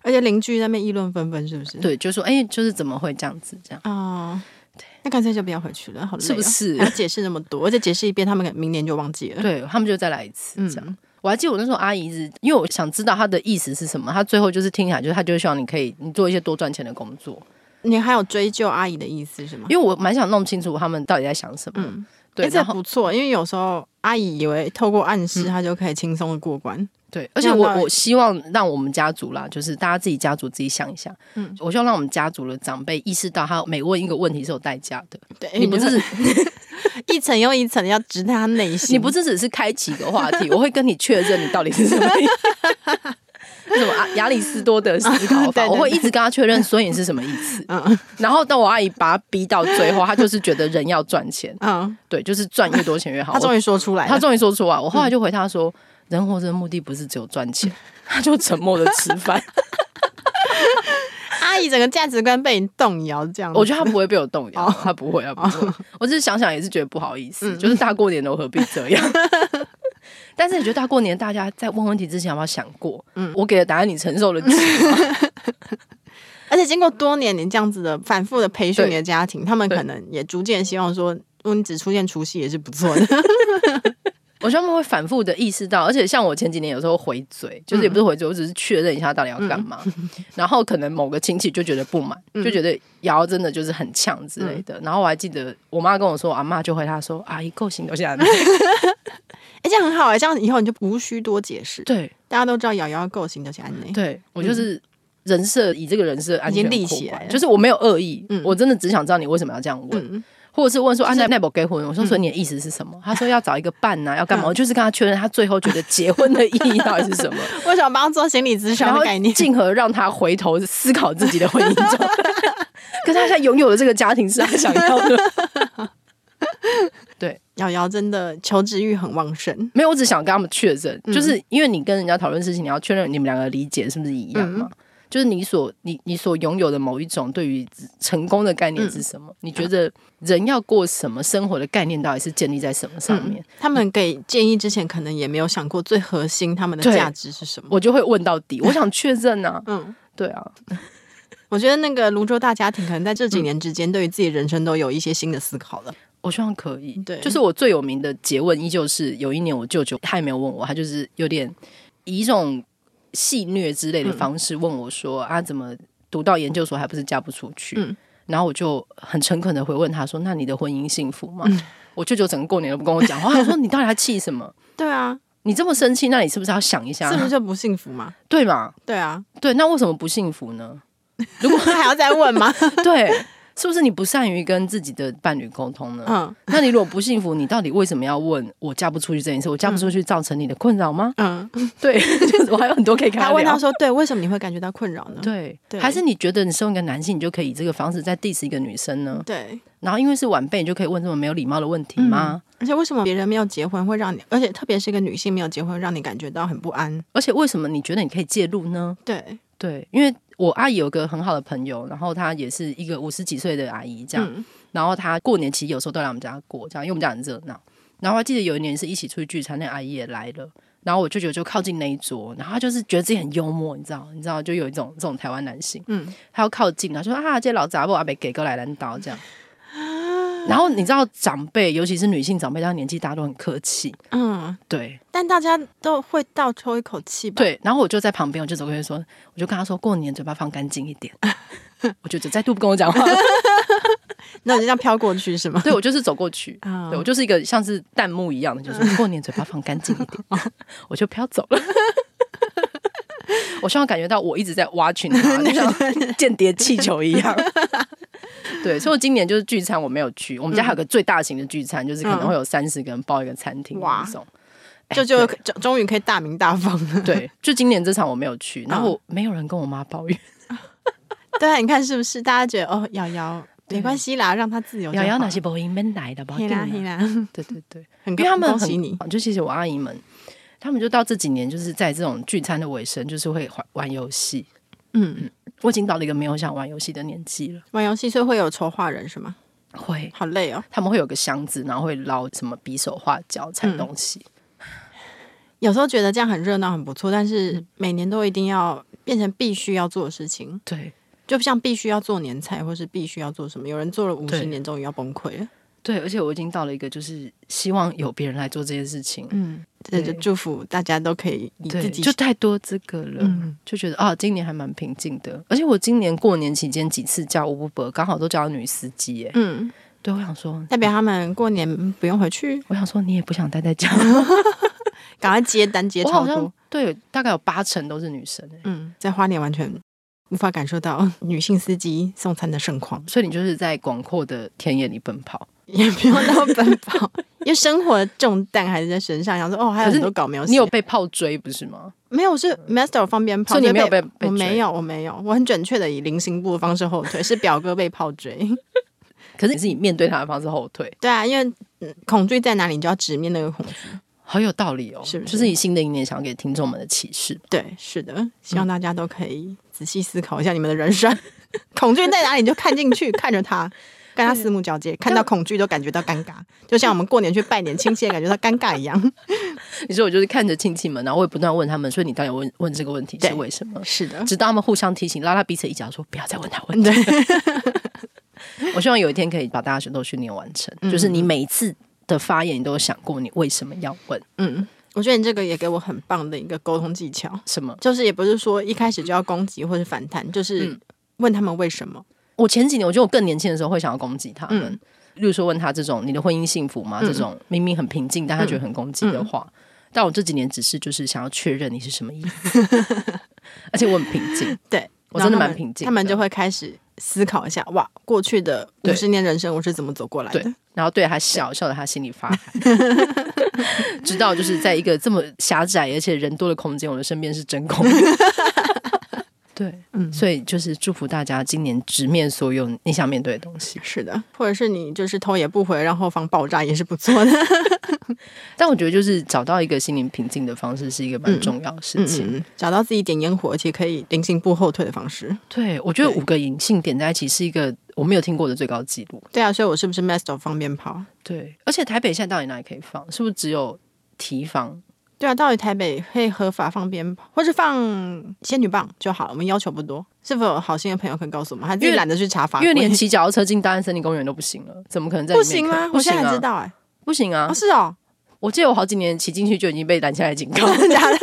[SPEAKER 3] 而且邻居那边议论纷纷，是不是？
[SPEAKER 1] 对，就说哎、就是怎么会这样子这样，
[SPEAKER 3] 哦，那干脆就不要回去了，好累、哦，
[SPEAKER 1] 是不是
[SPEAKER 3] 还要解释那么多，而且解释一遍，他们可能明年就忘记了。
[SPEAKER 1] 对他们就再来一次
[SPEAKER 3] 嗯
[SPEAKER 1] 这样。我还记得我那时候阿姨是，因为我想知道她的意思是什么，她最后就是听起来就是她就是希望你可以你做一些多赚钱的工作，
[SPEAKER 3] 你还有追究阿姨的意思是吗？
[SPEAKER 1] 因为我蛮想弄清楚他们到底在想什么。
[SPEAKER 3] 嗯，
[SPEAKER 1] 对，
[SPEAKER 3] 诶这
[SPEAKER 1] 然
[SPEAKER 3] 不
[SPEAKER 1] 后嗯
[SPEAKER 3] 错，因为有时候阿姨以为透过暗示，她就可以轻松的过关。
[SPEAKER 1] 对，而且
[SPEAKER 3] 那
[SPEAKER 1] 我
[SPEAKER 3] 那
[SPEAKER 1] 我希望让我们家族啦，就是大家自己家族自己想一下，嗯
[SPEAKER 3] 嗯，
[SPEAKER 1] 我希望让我们家族的长辈意识到，他每问一个问题是有代价的，
[SPEAKER 3] 对，
[SPEAKER 1] 你不
[SPEAKER 3] 就是 一层又一层地要直探她内心。
[SPEAKER 1] 你不是只是开启一个话题，我会跟你确认你到底是什么意思。 那什么啊亚里士多德思考
[SPEAKER 3] 对
[SPEAKER 1] 法，
[SPEAKER 3] 对
[SPEAKER 1] 我会一直跟他确认，所以你是什么意思。
[SPEAKER 3] 嗯
[SPEAKER 1] 然后到我阿姨把他逼到最后，他就是觉得人要赚钱，
[SPEAKER 3] 嗯，
[SPEAKER 1] 对，就是赚越多钱越 好。
[SPEAKER 3] 她终
[SPEAKER 1] 于
[SPEAKER 3] 于说出来了，嗯
[SPEAKER 1] 他终于说出来，我后来就回他说，人活着的目的不是只有赚钱，他就沉默的吃饭。
[SPEAKER 3] 阿姨整个价值观被你动摇，这样子
[SPEAKER 1] 我觉得他不会被我动摇，
[SPEAKER 3] 嗯
[SPEAKER 1] 啊
[SPEAKER 3] 哦嗯
[SPEAKER 1] 他不会，他不会。我只是想想也是觉得不好意思，就是大过年的我何必这 样？但是你觉得大过年大家在问问题之前有没有想过？嗯，我给的答案你承受了几？
[SPEAKER 3] 嗯而且经过多年你这样子的反复的培训
[SPEAKER 1] 对
[SPEAKER 3] 你的家庭，他们
[SPEAKER 1] 对
[SPEAKER 3] 可能也逐渐希望说，如果你只出现除夕也是不错 的。
[SPEAKER 1] 我觉得他们会反复的意识到，而且像我前几年有时候回嘴，就是也
[SPEAKER 3] 嗯
[SPEAKER 1] 不是回嘴，我只是确认一下到底要干嘛。然后可能某个亲戚就觉得不满，
[SPEAKER 3] 嗯
[SPEAKER 1] 就觉得瑶真的就是很呛之类的。然后我还记得我妈跟我说，我阿妈就回她说：“阿姨够行留下来。
[SPEAKER 3] 哎、这样很好哎、这样以后你就无需多解释”，
[SPEAKER 1] 对
[SPEAKER 3] 大家都知道瑶瑶够行就行安内。
[SPEAKER 1] 对我就是人设以这个人设安全
[SPEAKER 3] 已经立
[SPEAKER 1] 扣
[SPEAKER 3] 起
[SPEAKER 1] 环
[SPEAKER 3] 来了
[SPEAKER 1] 就是我没有恶意，
[SPEAKER 3] 嗯
[SPEAKER 1] 我真的只想知道你为什么要这样问。
[SPEAKER 3] 嗯，
[SPEAKER 1] 或者是问说啊
[SPEAKER 3] 就是
[SPEAKER 1] 那那不结婚？我说所以你的意思是什么？他说要找一个伴啊呐、要干嘛？我就是跟他确认他最后觉得结婚的意义到底是 什么，
[SPEAKER 3] 为什么帮他做心理咨询
[SPEAKER 1] 然
[SPEAKER 3] 的
[SPEAKER 1] 后
[SPEAKER 3] 概念？
[SPEAKER 1] 进而让他回头思考自己的婚姻状态。 可是他现在拥有的这个家庭是他想要的，
[SPEAKER 3] 瑶瑶真的求知欲很旺盛，
[SPEAKER 1] 没有，我只想跟他们确认，
[SPEAKER 3] 嗯
[SPEAKER 1] 就是因为你跟人家讨论事情，你要确认你们两个理解是不是一样嘛？就是你所你你所拥有的某一种对于成功的概念是什么？你觉得人要过什么生活的概念到底是建立在什么上面？
[SPEAKER 3] 他们给建议之前，可能也没有想过最核心他们的
[SPEAKER 1] 对
[SPEAKER 3] 价值是什么。
[SPEAKER 1] 我就会问到底，我想确认啊，
[SPEAKER 3] 嗯，
[SPEAKER 1] 对啊，
[SPEAKER 3] 我觉得那个泸州大家庭可能在这几年之间，对于自己人生都有一些新的思考了。
[SPEAKER 1] 我希望可以。
[SPEAKER 3] 对
[SPEAKER 1] 就是我最有名的诘问依旧是有一年我舅舅，他也没有问我，他就是有点以一种戏谑之类的方式问我说、啊，怎么读到研究所还不是嫁不出去？
[SPEAKER 3] 嗯
[SPEAKER 1] 然后我就很诚恳的回问他说：“那你的婚姻幸福
[SPEAKER 3] 嗯
[SPEAKER 1] 吗？”我舅舅整个过年都不跟我讲话，他说：“你到底还气什么？
[SPEAKER 3] 对啊，
[SPEAKER 1] 你这么生气，那你是不是要想一下？
[SPEAKER 3] 是不是就不幸福嘛？
[SPEAKER 1] 对嘛？
[SPEAKER 3] 对啊，
[SPEAKER 1] 对，那为什么不幸福呢？如果
[SPEAKER 3] 还要再 问吗？
[SPEAKER 1] 对，是不是你不善于跟自己的伴侣沟通呢？
[SPEAKER 3] 嗯
[SPEAKER 1] 那你如果不幸福，你到底为什么要问我嫁不出去这件事？我嫁不出去造成你的困扰 吗？
[SPEAKER 3] 嗯，
[SPEAKER 1] 对， 就是我还有很多可以跟
[SPEAKER 3] 还
[SPEAKER 1] 他
[SPEAKER 3] 问
[SPEAKER 1] 聊
[SPEAKER 3] 他。说，对，为什么你会感觉到困扰呢？
[SPEAKER 1] 对，
[SPEAKER 3] 对
[SPEAKER 1] 还是你觉得你身为一个男性，你就可以以这个方式在 diss 一个女生呢？
[SPEAKER 3] 对，
[SPEAKER 1] 然后因为是晚辈，你就可以问这么没有礼貌的问题吗？
[SPEAKER 3] 而且为什么别人没有结婚会让你，而且特别是一个女性没有结婚，让你感觉到很不安？
[SPEAKER 1] 而且为什么你觉得你可以介入呢？
[SPEAKER 3] 对，
[SPEAKER 1] 对，因为我阿姨有个很好的朋友，然后她也是一个五十几岁的阿姨，这样，
[SPEAKER 3] 嗯
[SPEAKER 1] 然后她过年其实有时候都来我们家过，这样，因为我们家很热闹。然后还记得有一年是一起出去聚餐，那阿姨也来了，然后我舅舅就靠近那一桌，然后他就是觉得自己很幽默，你知道，你知道，就有一种这种台湾男性，
[SPEAKER 3] 嗯，
[SPEAKER 1] 他要靠近，然后就说啊，这老杂布阿北给个来兰刀这样。然后你知道长辈，尤其是女性长辈，她年纪大都很客气，
[SPEAKER 3] 嗯，
[SPEAKER 1] 对
[SPEAKER 3] 但大家都会倒抽一口气吧？
[SPEAKER 1] 对。然后我就在旁边，我就走过去说，我就跟他说，过年嘴巴放干净一点。我舅舅再度不跟我讲话，
[SPEAKER 3] 那我就这样飘过去是吗？
[SPEAKER 1] 对我就是走过去，
[SPEAKER 3] 啊
[SPEAKER 1] 对我就是一个像是弹幕一样的，
[SPEAKER 3] 嗯
[SPEAKER 1] 就是过年嘴巴放干净一点， 我就飘走了。 我希望感觉到我一直在挖群他，就 像间谍气球一样。 对，所以我今年就是聚餐我没有去，我们
[SPEAKER 3] 嗯
[SPEAKER 1] 家还有个最大型的聚餐，就是可能会有三十个人包一个餐厅
[SPEAKER 3] 哇
[SPEAKER 1] 那种。哎
[SPEAKER 3] 嗯就就
[SPEAKER 1] 对
[SPEAKER 3] 终终于可以大名大放了。
[SPEAKER 1] 对，就今年这场我没有去，
[SPEAKER 3] 嗯
[SPEAKER 1] 然后我没有人跟我妈抱怨，
[SPEAKER 3] 对啊，你看是不是？大家觉得哦，瑶瑶
[SPEAKER 1] 对
[SPEAKER 3] 没关系啦，让她自由就
[SPEAKER 1] 瑶
[SPEAKER 3] 好。
[SPEAKER 1] 瑶哪些播音没来的吧？
[SPEAKER 3] 黑啦黑啦，
[SPEAKER 1] 啊对对对。
[SPEAKER 3] 很
[SPEAKER 1] 因为他们
[SPEAKER 3] 恭
[SPEAKER 1] 很哦
[SPEAKER 3] 喜你。
[SPEAKER 1] 就谢谢我阿姨们，他们就到这几年就是在这种聚餐的尾声，就是会玩玩游戏。
[SPEAKER 3] 嗯，
[SPEAKER 1] 我已经到了一个没有想玩游戏的年纪了，
[SPEAKER 3] 玩游戏所以会有筹划人是吗？
[SPEAKER 1] 会
[SPEAKER 3] 好累哦。
[SPEAKER 1] 他们会有个箱子，然后会捞什么匕首、画脚、踩
[SPEAKER 3] 嗯
[SPEAKER 1] 东西。
[SPEAKER 3] 有时候觉得这样很热闹很不错，但
[SPEAKER 1] 嗯
[SPEAKER 3] 是每年都一定要变成必须要做的事情，
[SPEAKER 1] 对
[SPEAKER 3] 就像必须要做年菜，或是必须要做什么。有人做了五
[SPEAKER 1] 对
[SPEAKER 3] 十年，终于要崩溃了。
[SPEAKER 1] 对，而且我已经到了一个就是希望有别人来做这件事情。
[SPEAKER 3] 嗯，这就
[SPEAKER 1] 对
[SPEAKER 3] 祝福大家都可以以
[SPEAKER 1] 对，
[SPEAKER 3] 自己
[SPEAKER 1] 就太多这个了，
[SPEAKER 3] 嗯
[SPEAKER 1] 就觉得啊，今年还蛮平静的。而且我今年过年期间几次叫 Uber，刚好都叫女司机耶、
[SPEAKER 3] 嗯，
[SPEAKER 1] 对，我想说，
[SPEAKER 3] 代表他们过年不用回去，
[SPEAKER 1] 我想说你也不想待在家，
[SPEAKER 3] 赶快接单接
[SPEAKER 1] 我
[SPEAKER 3] 超
[SPEAKER 1] 好
[SPEAKER 3] 多
[SPEAKER 1] 像。对，大概有八成都是女生、欸、
[SPEAKER 3] 嗯，在花莲完全无法感受到女性司机送餐的盛况，
[SPEAKER 1] 所以你就是在广阔的田野里奔跑。
[SPEAKER 3] 也不用到奔跑，因为生活的重担还是在身上。想说哦，还有
[SPEAKER 1] 可是
[SPEAKER 3] 很
[SPEAKER 1] 你
[SPEAKER 3] 多稿没有写，
[SPEAKER 1] 你有被炮追不是吗？
[SPEAKER 3] 没有？是 master 放鞭
[SPEAKER 1] 嗯
[SPEAKER 3] 炮，
[SPEAKER 1] 所以你
[SPEAKER 3] 就
[SPEAKER 1] 没有被被
[SPEAKER 3] 我没
[SPEAKER 1] 追
[SPEAKER 3] 有，我没有，我很准确的以菱形步的方式后退，是表哥被炮 追。
[SPEAKER 1] 可是你是以面对他的方式后退，
[SPEAKER 3] 对啊，因为嗯恐惧在哪里，你就要直面那个恐惧。
[SPEAKER 1] 好有道理哦。
[SPEAKER 3] 是不是
[SPEAKER 1] 就是你新的一年想要给听众们的启示。
[SPEAKER 3] 对，是的，希望大家都可以仔细思考一下你们的人
[SPEAKER 1] 嗯
[SPEAKER 3] 生， 恐惧在哪里你就看进去，看 着它，跟它四目交接，看到恐惧都感觉到尴尬，就像我们过年去拜年，亲戚也感觉到尴尬一样。
[SPEAKER 1] 你说我就是看着亲戚们，然后我也不断问他们，所以你到底问问这个问题
[SPEAKER 3] 对
[SPEAKER 1] 是为什么？
[SPEAKER 3] 是的，
[SPEAKER 1] 直到他们互相提醒，拉拉彼此一脚，说不要再问他问题。
[SPEAKER 3] 对，
[SPEAKER 1] 我希望有一天可以把大家全都训练完成，
[SPEAKER 3] 嗯
[SPEAKER 1] 就是你每一次的发言，你都有想过你为什么要问
[SPEAKER 3] 嗯，我觉得你这个也给我很棒的一个沟通技巧，
[SPEAKER 1] 什么。
[SPEAKER 3] 就是也不是说一开始就要攻击或是反弹，就是
[SPEAKER 1] 嗯
[SPEAKER 3] 问他们为什么。
[SPEAKER 1] 我前几年，我觉得我更年轻的时候会想要攻击他们，
[SPEAKER 3] 嗯
[SPEAKER 1] 例如说问他这种你的婚姻幸福吗？
[SPEAKER 3] 嗯
[SPEAKER 1] 这种明明很平静，但他觉得很攻击的话，但我这几年只是就是想要确认你 是什么意思，而且我很平静，
[SPEAKER 3] 对，
[SPEAKER 1] 我真的
[SPEAKER 3] 然后他们
[SPEAKER 1] 蛮平静的
[SPEAKER 3] 他们就会开始思考一下，哇，过去的五
[SPEAKER 1] 对
[SPEAKER 3] 十年人生我是怎么走过来的
[SPEAKER 1] 对？，然后对他笑，笑得他心里发寒。直到就是在一个这么狭窄而且人多的空间，我的身边是真空。 对，
[SPEAKER 3] 嗯
[SPEAKER 1] 所以就是祝福大家今年直面所有你想面对的东西。
[SPEAKER 3] 是的，或者是你就是头也不回，让后方爆炸也是 不错的。
[SPEAKER 1] 但我觉得就是找到一个心灵平静的方式是一个蛮
[SPEAKER 3] 嗯
[SPEAKER 1] 重要的事
[SPEAKER 3] 嗯
[SPEAKER 1] 情。
[SPEAKER 3] 嗯，嗯找到自己点烟火，而且可以零进步后退的方式。
[SPEAKER 1] 对，我觉得
[SPEAKER 3] 对
[SPEAKER 1] 五个银杏点在一起是一个我没有听过的最高纪录。
[SPEAKER 3] 对啊，所以我是不是 master 放鞭炮？
[SPEAKER 1] 对，而且台北现在到底哪里可以放？是不是只有提防？
[SPEAKER 3] 对啊，到底台北可以合法放鞭炮，或是放仙女棒就好了？我们要求不多。是否有好心的朋友可以告诉我们？还是
[SPEAKER 1] 因为
[SPEAKER 3] 懒得去查法
[SPEAKER 1] 因
[SPEAKER 3] 规？
[SPEAKER 1] 为连骑脚踏车进大安森林公园都不行了，怎么可能在里
[SPEAKER 3] 不
[SPEAKER 1] 面
[SPEAKER 3] 行
[SPEAKER 1] 看
[SPEAKER 3] 吗？
[SPEAKER 1] 不
[SPEAKER 3] 我
[SPEAKER 1] 行
[SPEAKER 3] 现在才
[SPEAKER 1] 啊
[SPEAKER 3] 知，道哎、
[SPEAKER 1] 不行啊
[SPEAKER 3] 哦，！是 哦，
[SPEAKER 1] 我记得我好几年骑进去就已经被拦下来警 告，
[SPEAKER 3] 假的，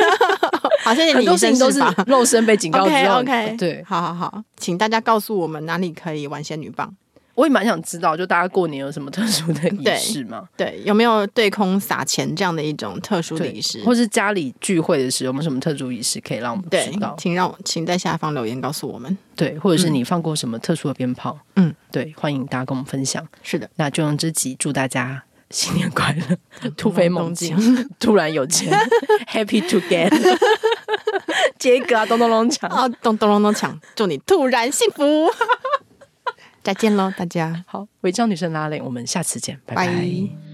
[SPEAKER 3] 好，谢谢
[SPEAKER 1] 很
[SPEAKER 3] 你
[SPEAKER 1] 多
[SPEAKER 3] 以
[SPEAKER 1] 事
[SPEAKER 3] 身
[SPEAKER 1] 情都
[SPEAKER 3] 试
[SPEAKER 1] 是
[SPEAKER 3] 法。
[SPEAKER 1] 肉身被警告之后
[SPEAKER 3] OK，OK
[SPEAKER 1] 对
[SPEAKER 3] 好好好，请大家告诉我们哪里可以玩仙女棒。
[SPEAKER 1] 我也蛮想知道，就大家过年有什么特殊的仪
[SPEAKER 3] 对
[SPEAKER 1] 式吗？
[SPEAKER 3] 对，有没有对空撒钱这样的一种特殊的
[SPEAKER 1] 对
[SPEAKER 3] 仪式？
[SPEAKER 1] 或是家里聚会的时候有没有什么特殊仪式可以让我们
[SPEAKER 3] 对
[SPEAKER 1] 知道，？
[SPEAKER 3] 请让请在下方留言告诉我们。
[SPEAKER 1] 对，或者是你放过什么特殊的鞭炮？
[SPEAKER 3] 嗯，
[SPEAKER 1] 对，欢迎大家跟我们分享。
[SPEAKER 3] 是的，
[SPEAKER 1] 那就用这集祝大家新年快乐，突飞猛进， 突然有钱，Happy together。接一个啊，咚咚咚锵。
[SPEAKER 3] 啊，咚咚咚咚锵，祝你突然幸福！ 再见喽，大家，
[SPEAKER 1] 好，伪装女生拉蕾，我们下次见，拜拜
[SPEAKER 3] 拜